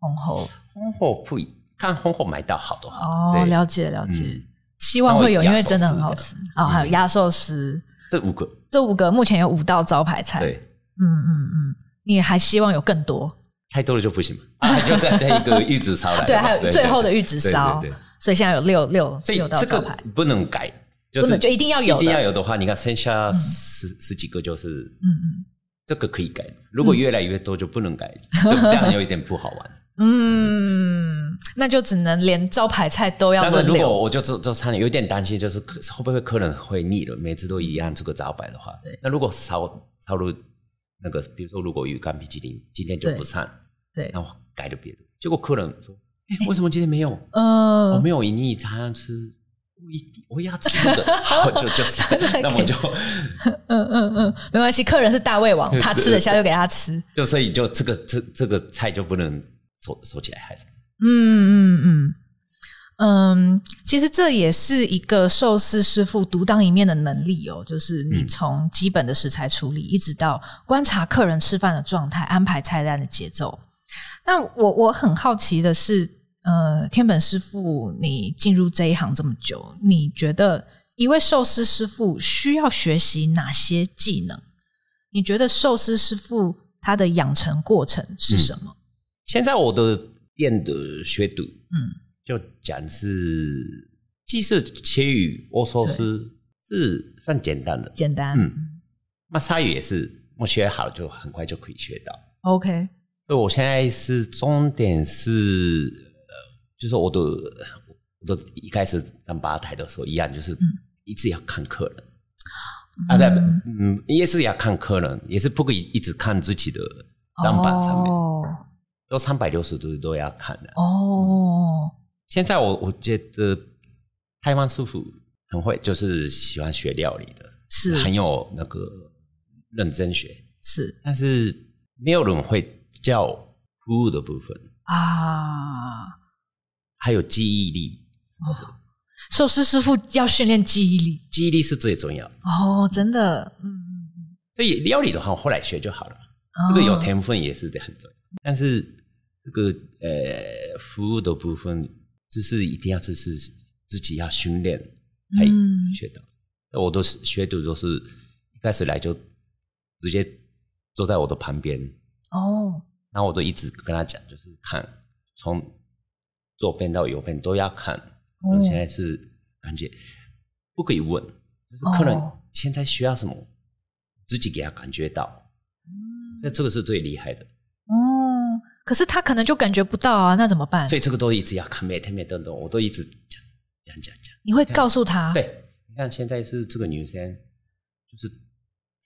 红喉，
红火不一看红火买到好多好
哦，
对
了解了解
嗯，
希望会有，
然
因
后有
为
鸭
真的
寿司
很好
这样
吃哦，还有
嗯
鸭寿司。
这五个
这五个目前有五道招牌菜，
对，
嗯嗯嗯，你还希望有更多？
太多了就不行嘛，啊就在这一个玉子烧来了
对，还有最后的玉子
对对
烧
对对，
所以现在有六六
所以
六道
这
招
个
牌，
不能改，就
不
是
能就一定要有
一定要
的，
有的话，你看剩下十、十几个就是
嗯嗯
这个可以改，如果越来越多就不能改，就这样有一点不好玩。
嗯，那就只能连招牌菜都 要
但是
轮
如
流。
果我就做做餐饮，有点担心，就是客会不会客人会腻了，每次都一样这个招牌的话
对，
那如果烧烧入那个，比如说如果鱼干冰淇淋今天就不上，
对，
那我改了别的，结果客人说，哎、为什么今天 没有？我
嗯，
没有一腻餐吃。我一定我要吃 这个，好就就上，那我就
嗯没关系，客人是大胃 王，他吃得下就给他吃。
就所以就这个这这个菜就不能收收起来，还是
嗯嗯嗯。嗯，其实这也是一个寿司师傅独当一面的能力哦，就是你从基本的食材处理，一直到观察客人吃饭的状态，安排菜单的节奏。那我我很好奇的是，呃，天本师傅，你进入这一行这么久，你觉得一位寿司师傅需要学习哪些技能？你觉得寿司师傅他的养成过程是什么？
现在我的店的学徒
嗯
就讲是，既是切鱼、握寿司是算简单的，
简单。
嗯那鲨鱼也是，我学好就很快就可以学到。
OK，
所以我现在是重点是，呃，就是我的我的一开始站吧台的时候一样，就是一直要看客人，大概嗯也是要看客人，也是不可以一直看自己的站板上面，
哦
都三百六十度都要看的。
哦，
现在我我觉得台湾师傅很会，就是喜欢学料理的，
是
很有那个认真学，
是
但是没有人会教服务的部分。
啊，
还有记忆力，
寿司师傅要训练记忆力
记忆力是最重要的。
哦，真的，嗯，
所以料理的话，我后来学就好了。
嗯
这个有
哦
天分也是很重要，但是这个呃服务的部分，就是一定要就是自己要训练才
嗯
学到。那我都是学徒都是一开始来就直接坐在我的旁边，
哦，
然后我都一直跟他讲，就是看从左边到右边都要看。
哦
现在是感觉不可以问，就是客人
哦
现在需要什么，自己给他感觉到，
嗯
这这个是最厉害的。
哦，可是他可能就感觉不到啊，那怎么办
所？以这个都一直要看，每天每天都我都一直讲讲讲讲。
你会告诉他，，
对，你看现在是这个女生，就是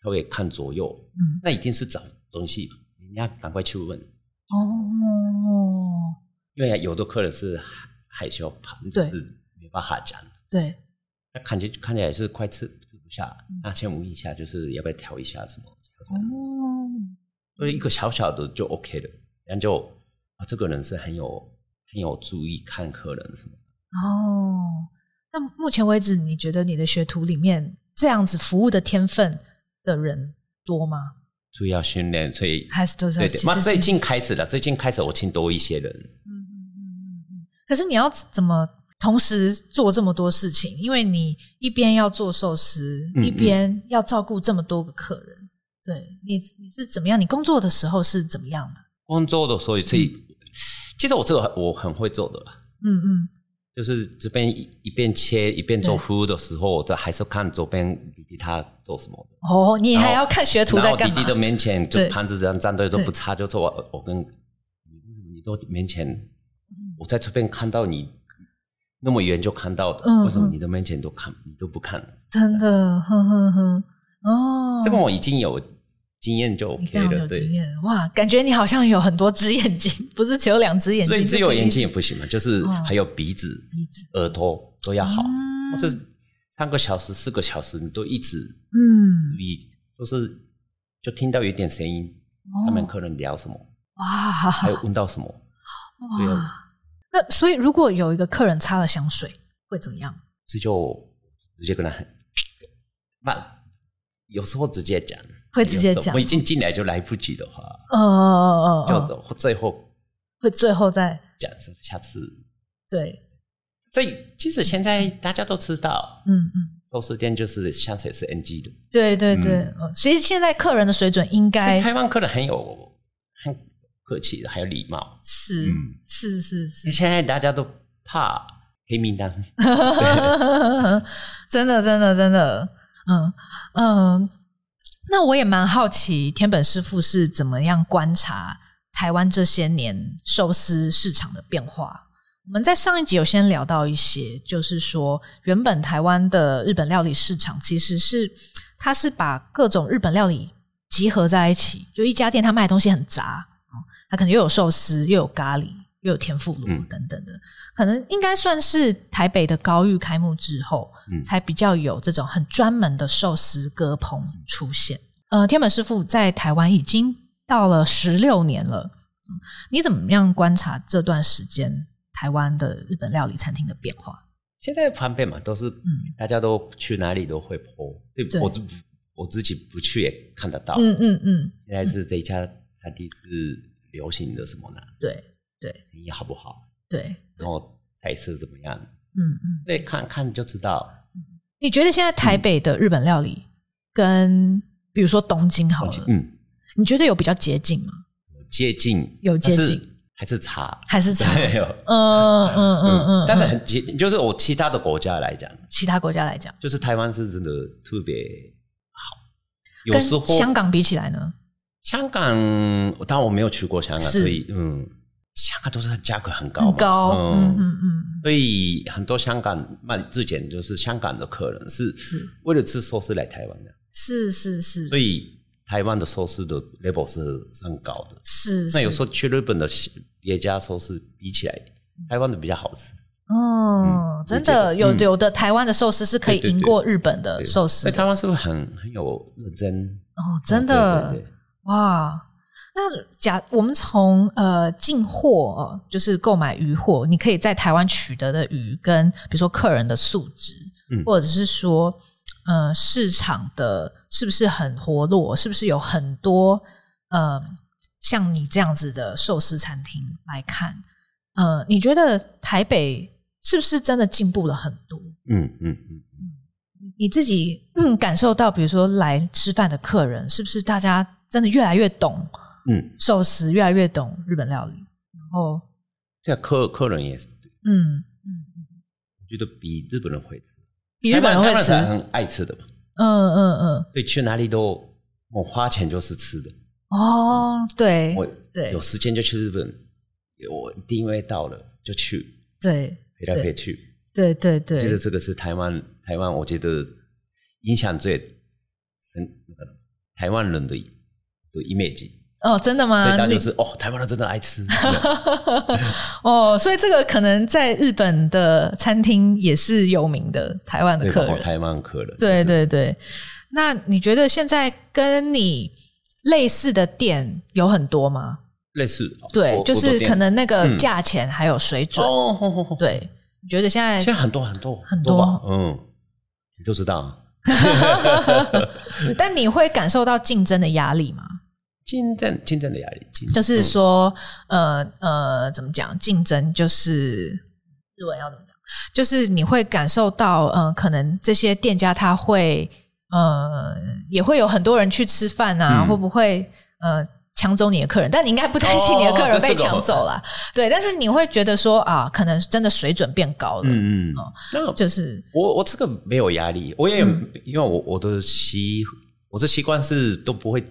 稍微看左右，
嗯，
那一定是找东西，你要赶快去问，
哦，
因为有的客人是害害羞，怕
对
就是没办法讲。
对，
那感觉看起来是快吃吃不下，那先问一下，就是要不要调一下什么？
哦，
所以一个小小的就 OK 了，然后就啊，这个人是很有很有注意看客人什么的。
哦，那目前为止，你觉得你的学徒里面这样子服务的天分的人多吗？
注意要训练，所以
还是都是
对
其
对，
实
那最
是
近开始了，最近开始我请多一些人，
嗯嗯嗯嗯嗯。可是你要怎么同时做这么多事情？因为你一边要做寿司，
嗯
一边要照顾这么多个客人。对你，你是怎么样？你工作的时候是怎么样的？
工作的所以所以，其实我这个很我很会做的啦，
嗯嗯，
就是这边一一边切一边做
对
服务的时候，我这还是看左边弟弟他做什么的。
哦，你还
然后
要看学徒
然
在
后
干
弟
嘛？
弟的面前就
对
盘子这样站队都
对
不差，就说哦我我跟你你都面前，我在这边看到你那么远就看到的，
嗯
为什么
嗯
你的面前都看你都不看？
真的，呵呵呵，哦，
这个我已经有经验就
你
OK
非常有经
了，对。
验哇！感觉你好像有很多只眼睛，不是只有两只眼睛，
所以只
就
有
可
眼睛也不行嘛，就是
嗯
还有鼻子、
鼻子，
耳朵都要好。
嗯
这三个小时、四个小时，你都一直
嗯，
你就是就听到有点声音，
哦
他们客人聊什么，
哇
还有问到什么。对
哇
啊！
那所以，如果有一个客人擦了香水，会怎么样？
这就直接跟他很，那有时候直接讲，
会直接讲
有时候我已经进来就来不及的话，
呃呃，呃呃
就最后
会最后再
讲说下次。
对，
所以其实现在大家都知道，
嗯嗯，
寿司店就是香水是 NG 的，
对对对
嗯。
呃其实现在客人的水准应
所以
该
台湾客人很有很客气的，还有礼貌。
是
嗯
是是 是，
现在大家都怕黑名单，
真的，真的，真的，嗯嗯，那我也蛮好奇天本师傅是怎么样观察台湾这些年寿司市场的变化。我们在上一集有先聊到一些，就是说原本台湾的日本料理市场其实是它是把各种日本料理集合在一起，就一家店它卖的东西很杂，哦它可能又有寿司，又有咖喱，又有天妇罗
嗯
等等的。可能应该算是台北的高玉开幕之后，
嗯
才比较有这种很专门的寿司割棚出现。呃，天本师傅在台湾已经到了十六年了，嗯你怎么样观察这段时间台湾的日本料理餐厅的变化？
现在方便嘛，都是
嗯
大家都去哪里都会 po，所以
对
我自我自己不去也看得到。
嗯嗯嗯，
现在是这一家餐厅是流行的什么呢？
对对
生意好不好？
对，
然后菜色怎么样？
嗯嗯。
对，看看就知道。
你觉得现在台北的日本料理跟比如说东京好了，
嗯，
你觉得有比较接近吗？
有接近
有接近，
但是还是差。
还是差？
对，有哦
嗯嗯嗯嗯嗯。
但是
嗯
很接，就是我其他的国家来讲，
其他国家来讲，
就是台湾是真的特别好。有
跟
时候
香港比起来呢，
香港，当然我没有去过香港，
是
所以嗯，香港都是价格很高嘛，
很高。嗯
嗯，
嗯嗯，
所以很多香港卖之前就是香港的客人是
是
为了吃寿司来台湾的，
是是是，
所以台湾的寿司的 level 是是很高的。
是
那有
是
时候去日本的别家寿司比起来，台湾的比较好吃，
哦，
嗯
真的
我觉得
有
嗯
有的台湾的寿司是可以
对对
赢
对
过日本的
对
寿
所
司
以
的
台湾是不是很很有认真？
哦，真的
对对对
哇！那假我们从呃进货、哦，就是购买鱼货，你可以在台湾取得的鱼，跟比如说客人的素质，
嗯
或者是说呃市场的是不是很活络，是不是有很多呃像你这样子的寿司餐厅来看，呃，你觉得台北是不是真的进步了很多？
嗯嗯嗯，
你你自己嗯感受到，比如说来吃饭的客人，是不是大家真的越来越懂
嗯，
寿司，越来越懂日本料理？然后，
这个啊客客人也是，
嗯嗯，
我觉得比日本人会吃，
比日本人
台湾
会吃，
台湾
嗯
人很爱吃的嘛，
嗯嗯，
所以去哪里都我花钱就是吃的，
哦，对
嗯我
对
有时间就去日本，我定位到了就去，
对
飞来飞去。
对对
我觉得
对，
这个是台湾台湾，我觉得影响最深那个台湾人的的 image，
哦，真的吗
所以？大家
你
就是哦，台湾人真的 爱吃，
哦，所以这个可能在日本的餐厅也是有名的台湾的
对
客
吧？
人，
哦台湾客人，
对对对，那你觉得现在跟你类似的店有很多吗？
类似哦
对，就是可能那个
嗯
价钱还有水准。
哦，吼吼吼
对，你觉得现在
现在很多很多
很多
吧嗯，你都知道。啊
但你会感受到竞争的压力吗？
竞争竞争的压力，竞
就是说，呃呃，怎么讲？竞争就是日文要怎么讲？就是你会感受到，呃，可能这些店家他会，呃，也会有很多人去吃饭啊，
嗯
会不会呃抢走你的客人？但你应该不担心你的客人
哦这
被
这个
抢走啦，对。但是你会觉得说啊，可能真的水准变高了，
嗯嗯
哦，
那
就是
我我这个没有压力，我也、
嗯
因为我我的习我的习惯是都不会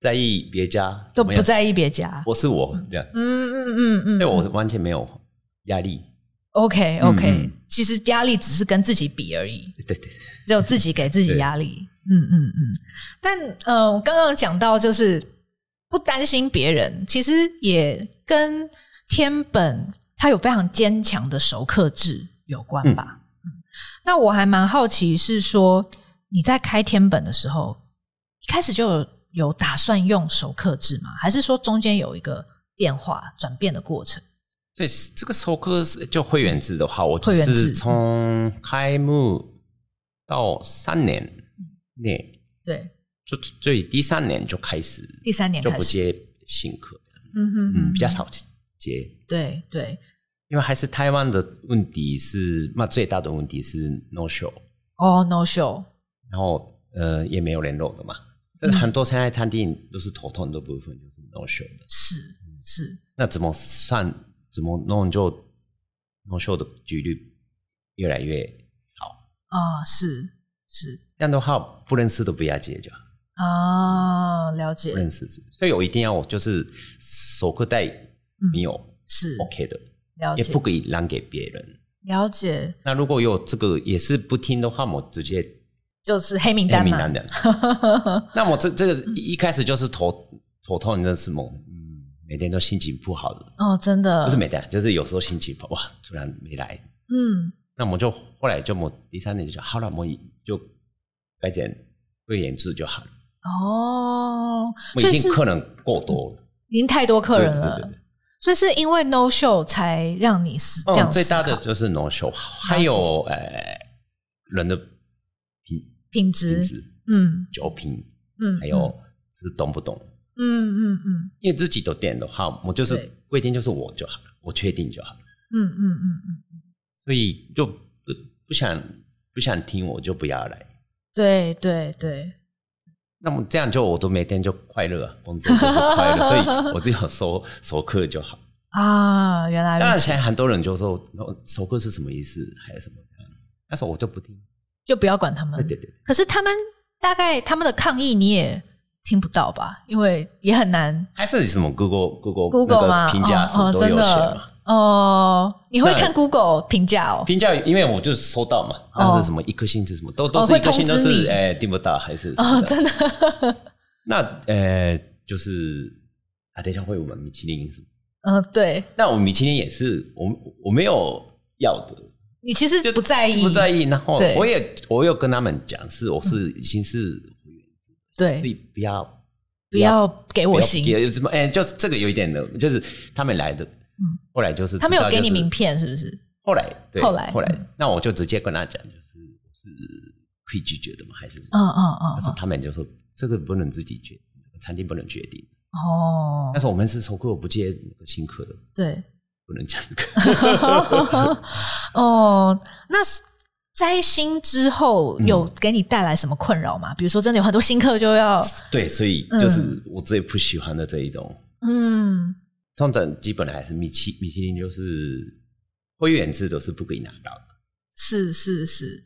在意别家
都
怎么
不
样，
在意别家。
我是我这样，
嗯嗯嗯嗯，
所以我完全没有压力。
OK
嗯
OK，、
嗯
其实压力只是跟自己比而已，
对对对，
只有自己给自己压力。嗯嗯嗯。但呃，我刚刚讲到就是不担心别人，其实也跟天本他有非常坚强的熟客制有关吧。嗯那我还蛮好奇是说你在开天本的时候，一开始就有有打算用熟客制吗？还是说中间有一个变化转变的过程？
对这个授课是就会员制的话，我就
会员制
是从开幕到三年内，
对，
就所以第三年就开始
第三年
就
开
不
始，
接新客，
嗯哼
嗯，比较少接。
对对，
因为还是台湾的问题是，那最大的问题是 no show，
哦、n o show，
然后呃也没有联络的
嗯
嘛。这很多现在餐厅都是头痛的部分，就是 no show 的。
是是，
那怎么算？怎么弄就 no show 的几率越来越少。
啊、是是
这样的话，不认识的不要接就好，
啊、了解
不，认识。所以我一定要我就是手课带没有
是
OK 的，
嗯了
也
解
不可以让给别人。
了解，
那如果有这个也是不听的话，我直接
就是黑名
黑
单
名
嘛，
单的。那我这这个一一开始就是头头痛，那是么？嗯，每天都心情不好的，
哦，真的
不是每天，就是有时候心情不好，哇，突然没来。
嗯，
那我们就后来就我第三年就说好了，我就改成会员制就好了。
哦，
我
所
已
哦以
经
是
客人够多了，
已经太多客人
对对
了，
对对对
所以是因为 no show 才让你死啊这样、
嗯、最大的就是 no show，还有呃人的品
品
品
质，
质、哎
嗯
酒品，
嗯，
还有是懂不懂。
嗯嗯嗯
因为自己的店的话，我就是
对
规定就是我就好了，我确定就好了，
嗯嗯嗯嗯，
所以就不不想不想听我就不要来。
对对对，
那么这样就我都每天就快乐啊，工作就是 快乐，所以我只有收收客就好。
啊，原来
当然，
如此，
现在很多人就说哦收客是什么意思，还有什么这样，但是我就不听。
就不要管他们
对。对对，
可是他们大概他们的抗议你也听不到吧？因为也很难
还是什么 Google Google
Google
那
嘛，
个评价什
哦
么
哦，
都有
真
写
的
嘛。
哦，你会
那
看 Google 评价哦，
评价，因为我就收到嘛，那是什么一颗星是什么，都都
哦
是
会
一颗星都
通知
是
你
哎订不到还是什么
哦，
的
真的，
那呃，就是啊，等一下会有我们米其林什么？
嗯，对
那我们米其林也是，我我没有要的，
你其实
就
不在意，
不在意。然后
对嗯
我也我有跟他们讲，是我是已经是会员，所
对，
以不要
不要给
不
我
要
哎心，
也怎么哎，就是这个有一点的，就是他们来的，嗯，后来就是
他们有给你名
名，
片是不是？
后来对，
后来
后来
嗯，
那我就直接跟他讲，就是我是可以拒绝的嘛，还是？
嗯嗯
他
嗯
说他们就说这个不能自己决，餐厅不能决定，
嗯，哦
但，是我们是收客，我不接那个新客的。
对，
不能讲这个。
哦，那是摘星之后
嗯
有给你带来什么困扰吗？比如说，真的有很多新客就 要，
对，所以就是我最不喜欢的这一种。
嗯，
通常基本还是米其米其林，就是会员制都是不可以拿到的。
是是是，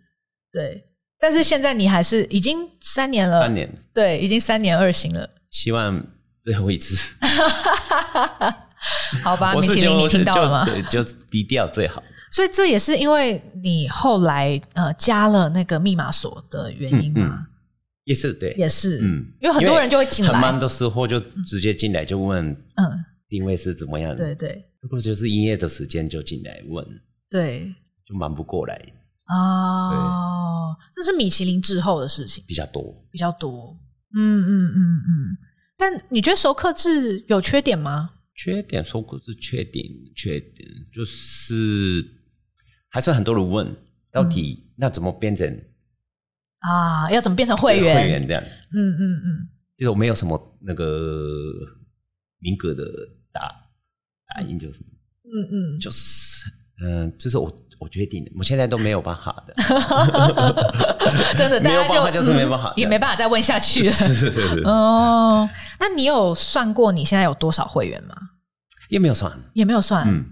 对。但是现在你还是已经三年了，
三年，
对，已经三年二星了，
希望最后一次。
好吧？
我
啊米
是
其
觉
林，
得
你
我是
听到了吗？
就对就低调最好。
所以这也是因为你后来呃加了那个密码锁的原因吗？
也是对，
也是，
嗯，
因为很多人就会进来
很忙的时候就直接进来就问
嗯，
定位是怎么样。
对，对
这不就是营业的时间就进来问，
对，
就忙不过来，
哦，这是米其林之后的事情。
比较多。
比较多。嗯嗯嗯嗯。但你觉得熟客制有缺点吗？
缺点说过是缺点，缺点就是还是很多人问，到底、那怎么变成
啊，要怎么变成会员？
会员这样？
嗯嗯嗯。
就是我没有什么那个明格的答答应，就是
嗯嗯，
就是嗯、这是我我决定的，我现在都没有办法的，
真的，大
没有
家就
办法就是没办
嗯
法
也没办法再问下去
是
了。
是是嗯是，
哦，那你有算过你现在有多少会员吗？
也没有算，
也没有算，
嗯，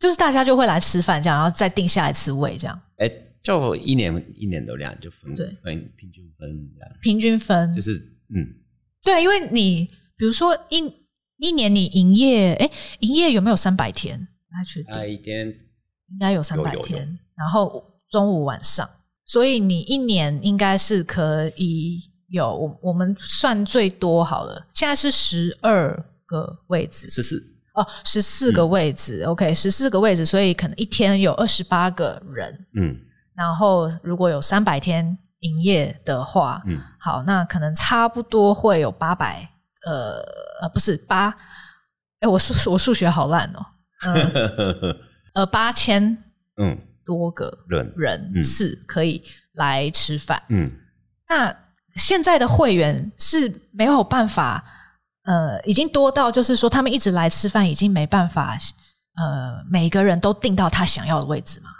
就是大家就会来吃饭这样，然后再定下一次位这样，
哎、就一年一年的量就分
对
分平均分这样，
平均分。
就是嗯，
对，因为你比如说一一年你营业，哎，营业有没有三百天？来确定。
那一天
应该有三百
哎有有
天，然后中午晚上，所以你一年应该是可以有我我们算最多好了，现在是十二个位置
十四
哦，十四
嗯
个位置、o k 十四个位置，所以可能一天有二十八个人，
嗯
然后如果有三百天营业的话，
嗯，
好，那可能差不多会有八百，呃呃，不是八，哎，我数我数学好烂哦，呃呃，八千
嗯，
多个
人，
人
嗯
次可以来吃饭。
嗯，
那现在的会员是没有办法，呃，已经多到就是说他们一直来吃饭，已经没办法，呃，每个人都订到他想要的位置嘛？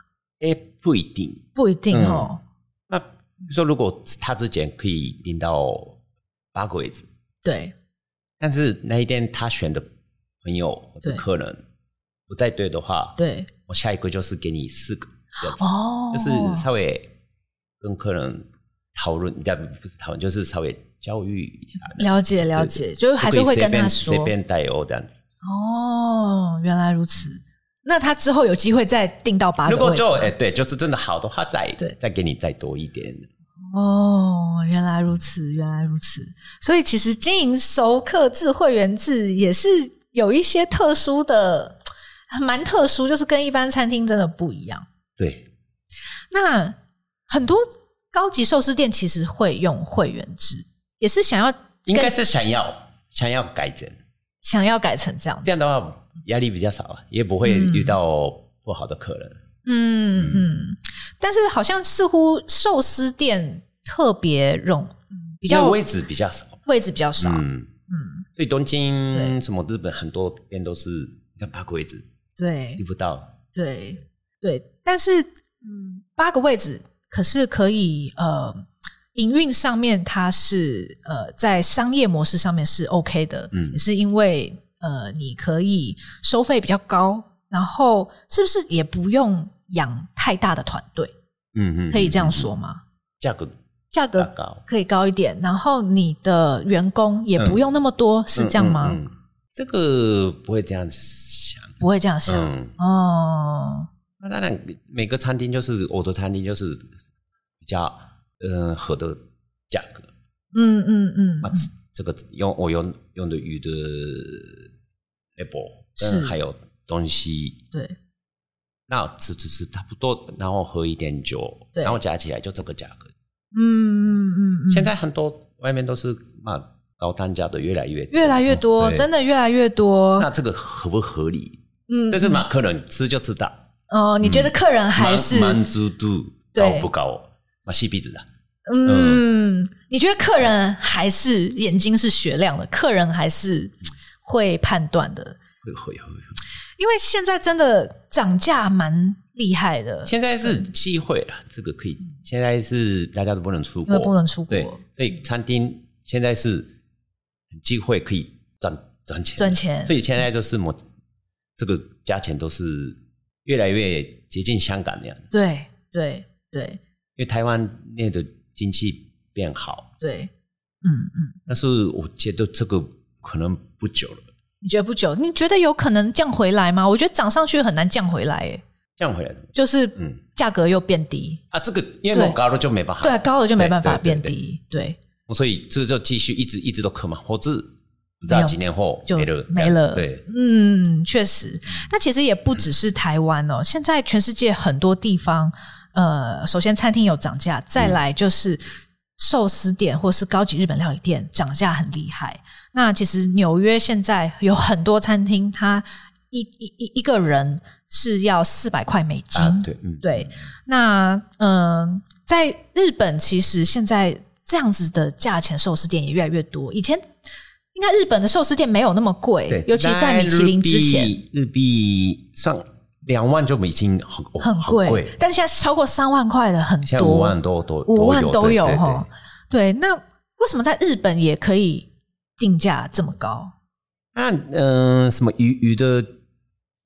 哎、不一定。
不一定哦。
那比如说，如果他之前可以订到八个位置，
对，
但是那一天他选的朋友或者
对
客人不再对的话，
对，
我下一个就是给你四个这样子，
哦，
就是稍微跟客人讨论，但不是讨论，就是稍微教育一下，
了解了解，就是还是会跟他说
不可以随便随便带哦这样子。
哦，原来如此。那他之后有机会再订到八
如
个
果
位置
就
吗
哎、对，就是真的好的话再
对
再给你再多一点，
哦，原来如此，原来如此。所以其实经营熟客制、会员制也是有一些特殊的，蛮特殊，就是跟一般餐厅真的不一样。
对，
那很多高级寿司店其实会用会员制，也是想要
应该是想要想要改正，
想要改成这样
这
子。
样的话压力比较少啊，也不会遇到不好的客人。
嗯嗯，但是好像似乎寿司店特别容，嗯比
因为
较
位置比较少，
位置比较少，嗯
嗯，所以东京什么日本很多店都是你看八个位置，
对
你不到，
对对，但是嗯，八个位置可是可以呃，营运上面它是呃在商业模式上面是 OK 的，
嗯
也是因为呃你可以收费比较高，然后是不是也不用养太大的团队，
嗯嗯，
可以这样
嗯，啊
说吗？
价格
价
比较
格
高，
可以高一点，然后你的员工也不用那么多，是这样吗？
嗯嗯？嗯嗯这个不会这样想，
不会这样想、
嗯，
哦，
那当然，每个餐厅就是我的餐厅就是比较呃合的价格，
嗯嗯嗯
那、
嗯，
这个用我用用的鱼的 label，
是
嗯还有东西，
对
那只只是差不多，然后喝一点酒，
对
然后加起来就这个价格。
嗯嗯嗯嗯，
现在很多外面都是嘛高单价的越来越多
越来越多，
哦对
真的越来越多。
那这个合不合理？
嗯，
这是马客人吃就知道，
哦，你觉得客人还
满
是
满足度
对
高不高？那细鼻子的。
嗯？你觉得客人还是眼睛是雪亮的，客人还是会判断的，
会会会会，
因为现在真的涨价蛮厉害的，
现在是机会了，这个可以。现在是大家都不能出
因
国，
为不能出
对
国，
所以餐厅现在是机会可以赚赚钱的，
赚钱
所以现在就是我这个价钱都是越来越接近香港那样，
对对对
因为台湾内的经济变好，
对，嗯嗯，
但是我觉得这个可能不久了，
你觉得不久？你觉得有可能降回来吗？我觉得涨上去很难降回来，哎，
这样回来了
就是
嗯
价格又变低，
啊，这个因为我
对
高了就没办法，
对，啊高了就没办法
对对
变
对
低，对。
所以这就继续一直一直都可嘛，或者不知道几年后
就
没了
没
这样子
了
对，
嗯，确实。那其实也不只是台湾哦，现在全世界很多地方，呃，首先餐厅有涨价，再
嗯
来就是寿司店或是高级日本料理店涨价很厉害。那其实纽约现在有很多餐厅，它一一一一个人是要四百块美金，
啊对嗯
对，那嗯、呃在日本其实现在这样子的价钱寿司店也越来越多。以前应该日本的寿司店没有那么贵
对，，
尤其在米其林之前
日币日币算两万就已经很哦
很贵，
贵，
但现在超过三万块的很
现在
多，
五万多多
五万都有
哈
哈。。对，那为什么在日本也可以定价这么高？
那嗯、呃什么鱼鱼的，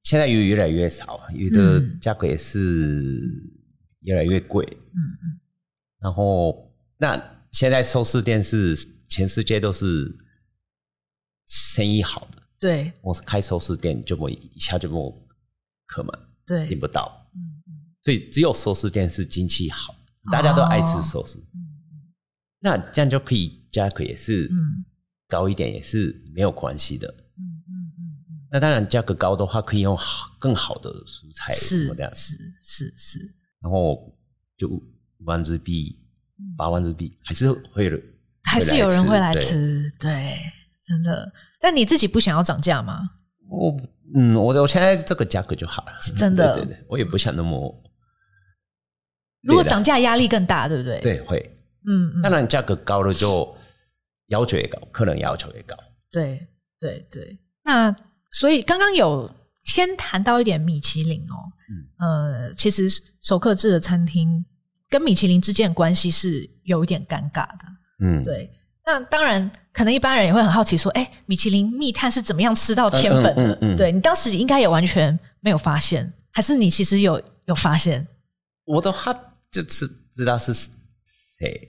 现在鱼越来越少，啊鱼的
嗯
价格也是越来越贵。嗯嗯。然后那现在寿司店是全世界都是生意好的，
对
我是开寿司店就没一下就没有客满，
对
订，不到。
嗯
所以只有寿司店是经济好，大家都爱吃寿司，那这样就可以价格也是
嗯
高一点，也是没有关系的。
嗯嗯嗯嗯。
那当然价格高的话，可以用好更好的蔬菜什
是嗯
么的，
是是是，
然后就五万日币、八万日币，还是会有人
还是有人会来。
对
吃，对，真的。但你自己不想要涨价吗？
我嗯，我我现在这个价格就好了，
是真的
对对对，我也不想那么。
如果
对的
涨价压力更大，对不对？，
对会，
嗯，嗯
当然价格高了就要求也高，客人要求也高。
对对对。那所以刚刚有先谈到一点米其林哦，
嗯
呃，其实首客制的餐厅跟米其林之间的关系是有一点尴尬的。
嗯，
对，那当然，可能一般人也会很好奇说，哎、米其林密探是怎么样吃到天本的？
嗯嗯嗯嗯
对你当时应该也完全没有发现，还是你其实有有发现，
我的话就知知道是谁。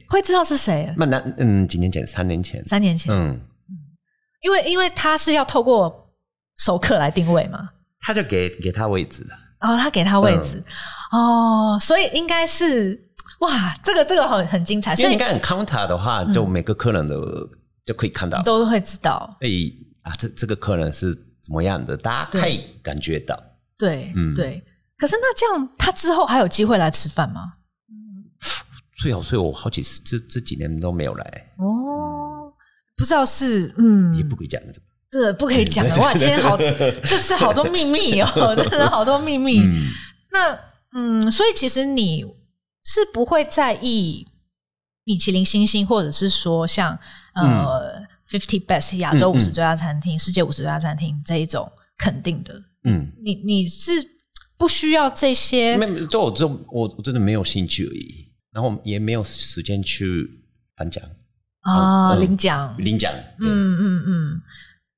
会知道是谁？啊
那那嗯，几年前，三年前，
三年前，
嗯，
因为因为他是要透过熟客来定位嘛，
他就给给他位置了。
然后他给他位置，
嗯
哦，所以应该是哇，这个这个很很精彩，啊
因
所
为
以嗯
你看 counter 的话，就每个客人的就可以看到，
都会知道，
所以啊，这这个客人是怎么样的，大家可以感觉到。
对、
嗯
对。可是那这样，他之后还有机会来吃饭吗？
最好，所以我好几次这这几年都没有来，
哦，不知道是嗯
也，不可以讲这个。
这不可以 讲的哇！今天好，嗯这次好多秘密哦，真的好多秘密。
嗯，
那嗯，所以其实你是不会在意米其林星星，或者是说像呃 Fifty Best 亚洲
嗯嗯嗯
五十最佳餐厅、世界五十最佳餐厅这一种肯定的。
嗯，
你你是不需要这些
没没对我这种我我真的没有兴趣而已，然后也没有时间去颁奖
啊
嗯
领奖，
领奖，嗯，
嗯嗯嗯，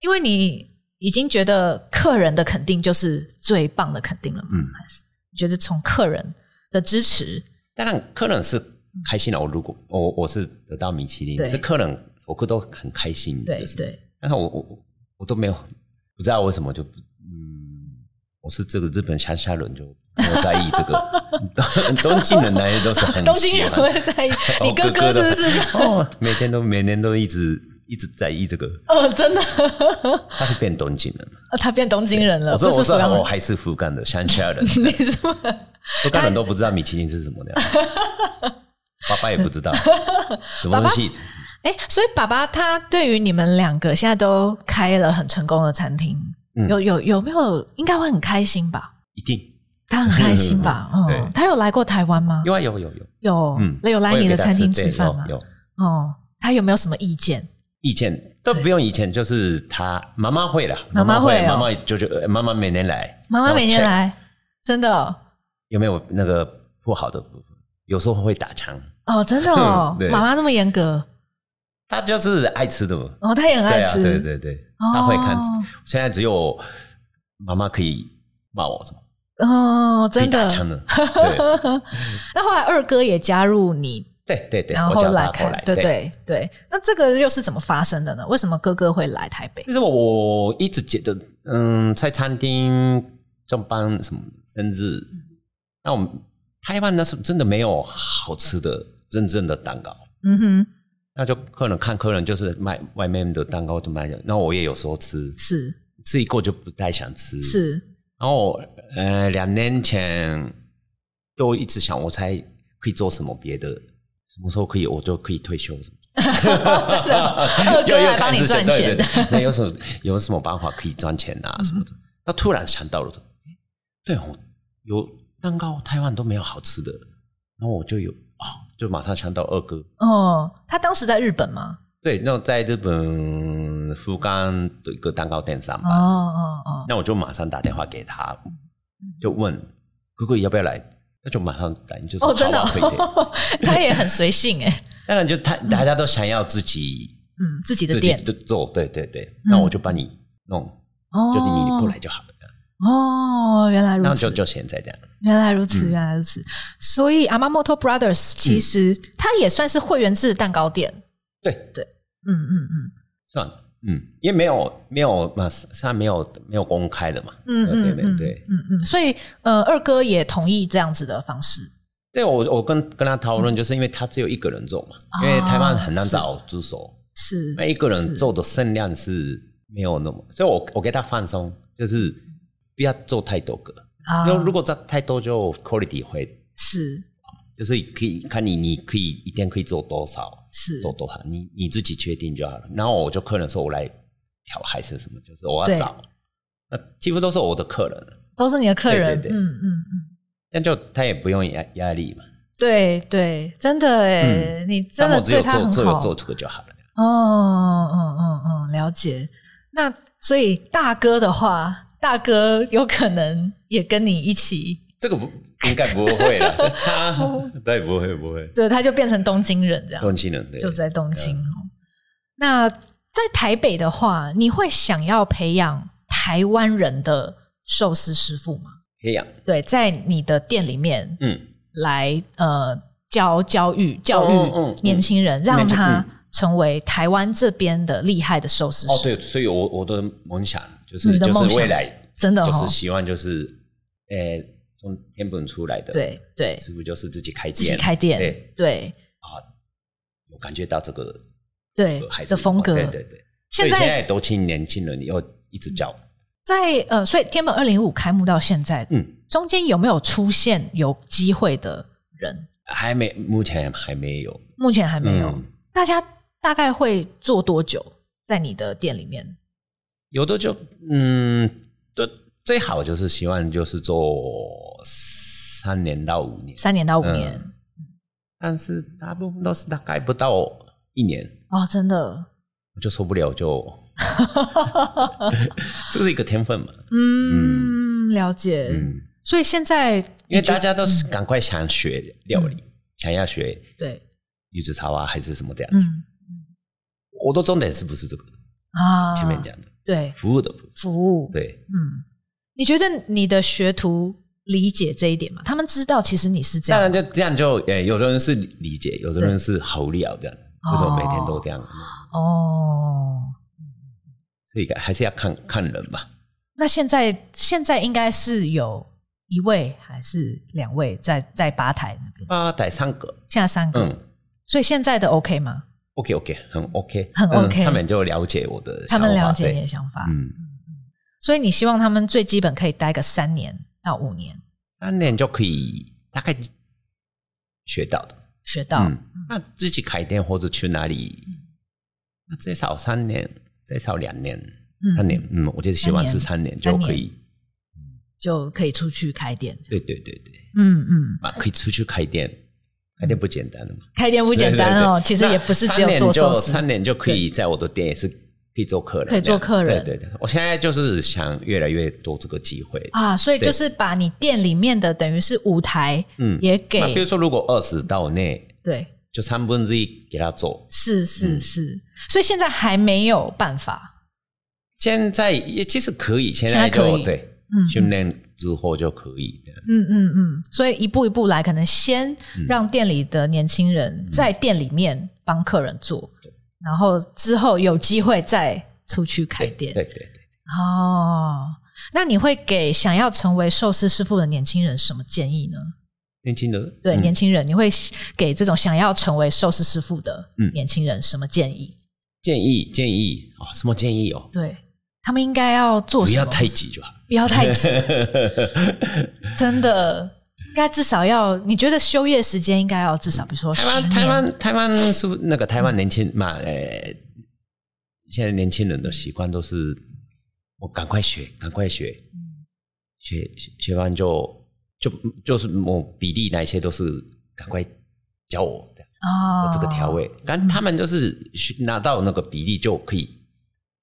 因为你已经觉得客人的肯定就是最棒的肯定了嘛。
嗯
还是你觉得从客人的支持，
当然客人是开心的。我如果我我是得到米其林，
对
是客人我都很开心的
对
事情，
对，
但是我我我都没有不知道为什么就不嗯，我是这个日本乡下人就没有在意这个 东东京人来的都是很
东京人
喜欢
会在意
哦
你哥哥
哥
是不是就
的？哦，每天都每年都一直一直在意这个，
呃，真的，
他是变东京人了。
呃他变东京人了，
我说
不
我
是
说
福冈
我
人，
还是福冈的乡下 人，
你是不是
福冈人都不知道米其林是什 么的，爸爸也不知道什么东西。
哎，所以爸爸他对于你们两个现在都开了很成功的餐厅，
嗯
有有有没有应该会很开心吧？
一定，
他很开心 吧？嗯
对，
他有来过台湾吗？
有啊有有有，
有，
嗯，
哦有来
我也
你的
给他
餐厅
对
吃饭吗？
有有
哦，他有没有什么意见？
以前都不用以前，就是他妈妈会了，
妈妈
妈
会哦
妈妈就是呃妈妈每年来，
妈妈每年
然后 check
来，真的哦，
有没有那个不好的部分？有时候会打枪，
哦真的哦
，对
妈妈这么严格，
他就是爱吃的嘛，
哦，他也很
对
爱
啊，
吃，
对对对，
哦
他会看。现在只有妈妈可以骂我什么，
哦，
可以
真
打
的。
枪的，对
那后来二哥也加入你，
对对 对，
然
我叫
来
他过
看
来，，
对对对。那这个又是怎么发生的呢？为什么哥哥会来台北？
就是我一直觉得，嗯，在餐厅上班什么，甚至那我们台湾那时候真的没有好吃的真正的蛋糕，
嗯哼，
那就客人看客人就是卖外面的蛋糕就卖的，那我也有时候吃
是
吃一过就不太想吃，，
是，
然后我呃两年前就一直想我才可以做什么别的，什么时候可以我就可以退休什么。
真的， 二哥
又又
来帮
开
你
始
赚
讲
钱嗯
对对对， 那有什么有什么办法可以赚钱啊什么的？那突然想到了，诶对哦，有蛋糕台湾都没有好吃的，然后我就有哦，就马上想到二哥。
哦，他当时在日本吗？
对，那在日本福冈的一个蛋糕店上
哦
班，
哦哦，
那我就马上打电话给他，
嗯
就问哥哥要不要来，那就马上答应，就说
哦，真的
好啊可以可以
哦，他也很随性哎，
当然就他大家都想要自己
嗯，自己的
自己
店嗯
就做，对对对，那我就帮你弄，
哦，
就你过来就好了。
哦，原来
然
如
后就
此，
就嗯现在这样，
原来如此，原来如此。所以 Amamoto Brothers
嗯
其实它也算是会员制的蛋糕店，
对，
嗯嗯
算了，嗯，因为没有没有嘛，现在没有没有公开的嘛，
嗯嗯
呃对
嗯
对
嗯
对对，
嗯嗯。所以呃，二哥也同意这样子的方式，
对我我跟跟他讨论，就是因为他只有一个人做嘛，
啊
因为台湾很难找助手，
是
那一个人做的分量是没有那么，所以我我给他放松，就是不要做太多个，
啊
因为如果做太多就 quality 会，
是
就是可以看你你可以一天可以做多少，
是
做多少，你你自己确定就好了。然后我就客人说我来调还是什么，就是我
对
要找，那几乎都是我的客人，
都是你的客人，
对
嗯
对对
嗯嗯，
那就他也不用压压力嘛，
对对，真的哎，你真
那
的
嗯我只有
对他
做
很
只
好
有，做这个就好了。
哦，哦哦哦，了解。那所以大哥的话，大哥有可能也跟你一起，
这个不应该不 会了，他 对不会不会，
对，他就变成东京人这样，
东京人对，
就在东京哦。那在台北的话，你会想要培养台湾人的寿司师傅吗？
黑羊，
对，在你的店里面
嗯。
来呃教教育教
嗯嗯
育
嗯
年轻人，让
年轻
他
嗯
成为台湾这边的厉害的寿司师
哦，
傅。
对，所以我我的梦想就
你
是
的
就
梦
是
想
未来
真的
就
哦
是，希望就是，诶，从天本出来的，
对，对，
是不是就是自己开店？
自己开店，
对
对
啊，我感觉到这个
对
还是
的风格。
对对对。所
现
以
在
现在都请年轻人要一直教，
在呃，所以天本二零五开幕到现在，
嗯，
中间有没有出现有机会的人？
还没，目前还没有，
目前还没有。
嗯
大家大概会做多久？在你的店里面，
有的就嗯，最最好就是希望就是做三年到五年，
三年到五年、
嗯但是大部分都是大概不到一年，
哦，真的，
我就受不了， 就这是一个天分嘛，
嗯，了解。
嗯，
所以现在
因为大家都是赶快想学料理，想要学
对，
玉子烧啊，还是什么这样子。
嗯
我的重点是不是这个？
啊，
前面讲的
对
服务的部分，
服务，
对，
嗯，你觉得你的学徒理解这一点吗？他们知道其实你是这
当
样
然就这样就，呃，有的人是理解，有的人是好料这样，为什么每天都这样？
哦。
所以还是要看看人吧。
那现在现在应该是有一位还是两位在在吧台那边？
啊，得唱歌，
现在三个，
嗯
所以现在的 OK 吗？
，OK OK，很 OK，
很 OK
嗯他们就了解我的
他
想法，
们了解你
对
的想法，
嗯，
所以你希望他们最基本可以待个三年到五年
三年就可以大概学到的。
学到。
嗯，那自己开店或者去哪里，那最少三年，最少两年，
嗯
三年，嗯，我就是希望是三年就可
三
以，
就可以出去开店。
对对对对，
嗯嗯，
啊，可以出去开店，开店不简单的嘛，
开店不
不
简单哦，其实也不是只有做寿司。
三年就可以在我的店也是可以做客人这样，
可以做客人
对对对，我现在就是想越来越多这个机会，
啊，所以就是把你店里面的等于是舞台，
嗯
也给
那比如说如果二十到内，
对，
就三分之一给他做，
是是
嗯
是，所以现在还没有办法，
现在也其实可以，现
现在
在
可
就
以
对
嗯，
训练之后就可以的。
嗯嗯嗯，所以一步一步来，可能先
嗯
让店里的年轻人在店里面帮客人做，然后之后有机会再出去开店，
对对对，
哦。那你会给想要成为寿司师傅的年轻人什么建议呢？
年轻人
对、
嗯
年轻人，你会给这种想要成为寿司师傅的
嗯
年轻人什么建议？
建议建议啊，什么建议哦？
对他们应该要做
不
什么？
要太急就好。
不要太 急，真的应该至少要，你觉得休业时间应该要至少，比如说
台
十年
湾台湾台湾是那个台湾年轻嘛，呃，现在年轻人的习惯都是我赶快学，赶快学，
嗯
学学学完就就就是我比例那些都是赶快教我的。
哦，
这个调味，但他们就是去拿到那个比例就可以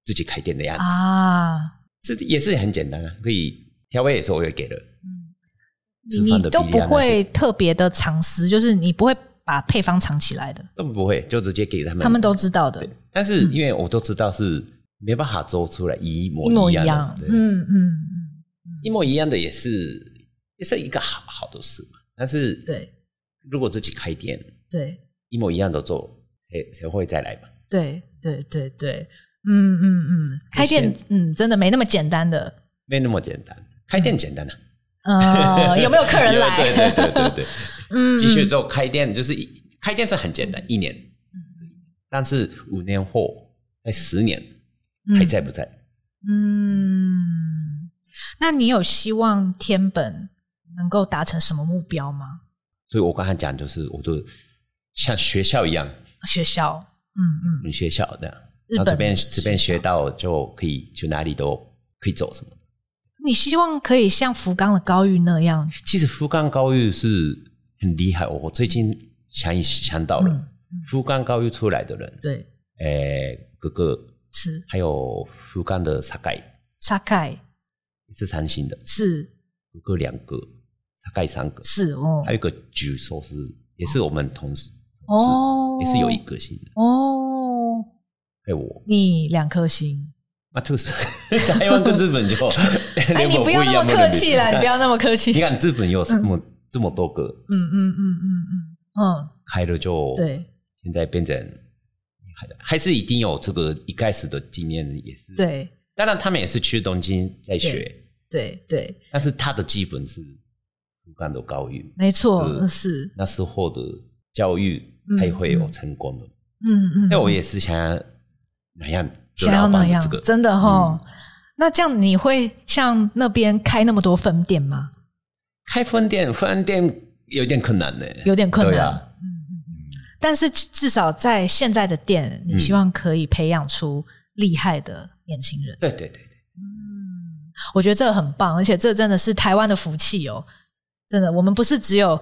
自己开店的样子，
啊。
这也是很简单啊，可以调味也是我也给了，
嗯你
吃饭
你
的
都
比
不
例啊
会特别的藏私，就是你不会把配方藏起来的，
都不会就直接给他们，
他们都知道的，
对，但是因为我都知道是没办法做出来一
一模
模
一
样
样
的，。对
嗯嗯嗯，
一模一样的也是也是一个好好的事嘛，但是
对
如果自己开店
对。
一模一样的做，谁谁会再来嘛？
对对对对，嗯嗯嗯，开店嗯真的没那么简单的，
没那么简单，开店简单啊，
呃，有没有客人 来？
对对对对对。
嗯，
继续
嗯
之后开店，就是一开店是很简单，一年，但是五年后，在十年还在不在？
嗯，那你有希望天本能够达成什么目标吗？
所以我刚才讲，就是我都像学校一样，
学校，嗯
我
嗯，
们学校的，
日
然后
本
这边
的学校
这边学到就可以去哪里都可以走什么。
你希望可以像福冈的高玉那样，
其实福冈高育是很厉害，我最近想一想到了、
嗯
福冈高育出来的人，
对，
诶，哥哥
是
还有福冈的沙盖
沙盖，
是三星的，
是
哥哥两个，沙盖三个，
是哦
还有一个举寿司，也是我们同事，
哦，
也是有一个星的，
哦，
还有我。
你两颗星。
那这 个是台湾跟日本就
哎，
哎
你不要那么客气啦，你不要那么客气。
你
嗯
看日本有这么这么多个
嗯嗯嗯嗯嗯，
开了就
对，
现在变成还还是一定有这个一开始的经验也是。，
对
当然他们也是去东京在学，
对对，
但是他的基本是不断的高于
没错，
是
是，
那时候的教育才会有成功的。
嗯嗯，
所以我也是想要那样，
想要那样
这个，嗯
真的哈。那这样你会像那边开那么多分店吗？
开分店，分店有点困难呢、
有点困
对
难。
啊，
嗯嗯嗯。
嗯
但是至少在现在的店，你希望可以培养出厉害的年轻人。
对对对对，
嗯，我觉得这很棒，而且这真的是台湾的福气哦。真的，我们不是只有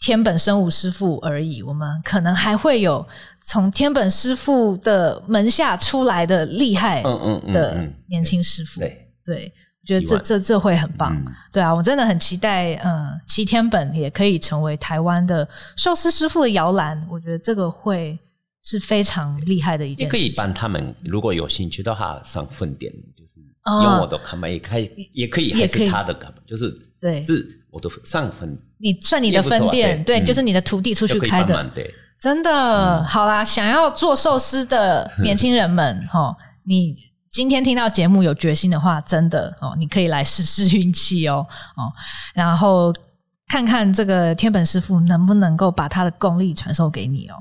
天本生武师傅而已，我们可能还会有从天本师傅的门下出来的厉害
嗯嗯嗯
的
嗯，
年轻师傅。
对，
对，我觉得
希
这
望
这这会很棒。
嗯
对啊，我真的很期待，呃，齐天本也可以成为台湾的寿司师傅的摇篮。我觉得这个会是非常厉害的一
也
件
可
事
以
情。
帮他们，如果有兴趣的话，上分店，就是
哦
用我的看板，也可以，也可以，
也
还
可以
是他的看板，就是
对
是我的上分
你算你的
也不错啊
分店，
对
对，就是
嗯
你的徒弟出
就
去
可以
开
帮
的，
忙，对，
真
嗯
的好啦。想要做寿司 的年轻人们，哈，你今天听到节目有决心的话，真的哦，你可以来试试运气哦，哦，然后看看这个天本师傅能不能够把他的功力传授给你哦。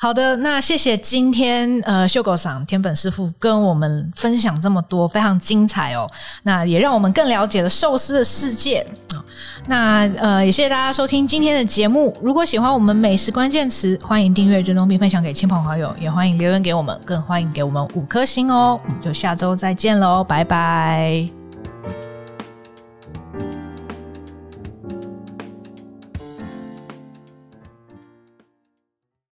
好的，那谢谢今天呃秀狗赏天本师傅跟我们分享这么多，非常精彩哦。那也让我们更了解了寿司的世界啊、哦那呃也谢谢大家收听今天的节目。如果喜欢我们美食关键词，欢迎订阅、追踪并分享给亲朋好友，也欢迎留言给我们，更欢迎给我们五颗星哦。我们就下周再见喽，拜拜。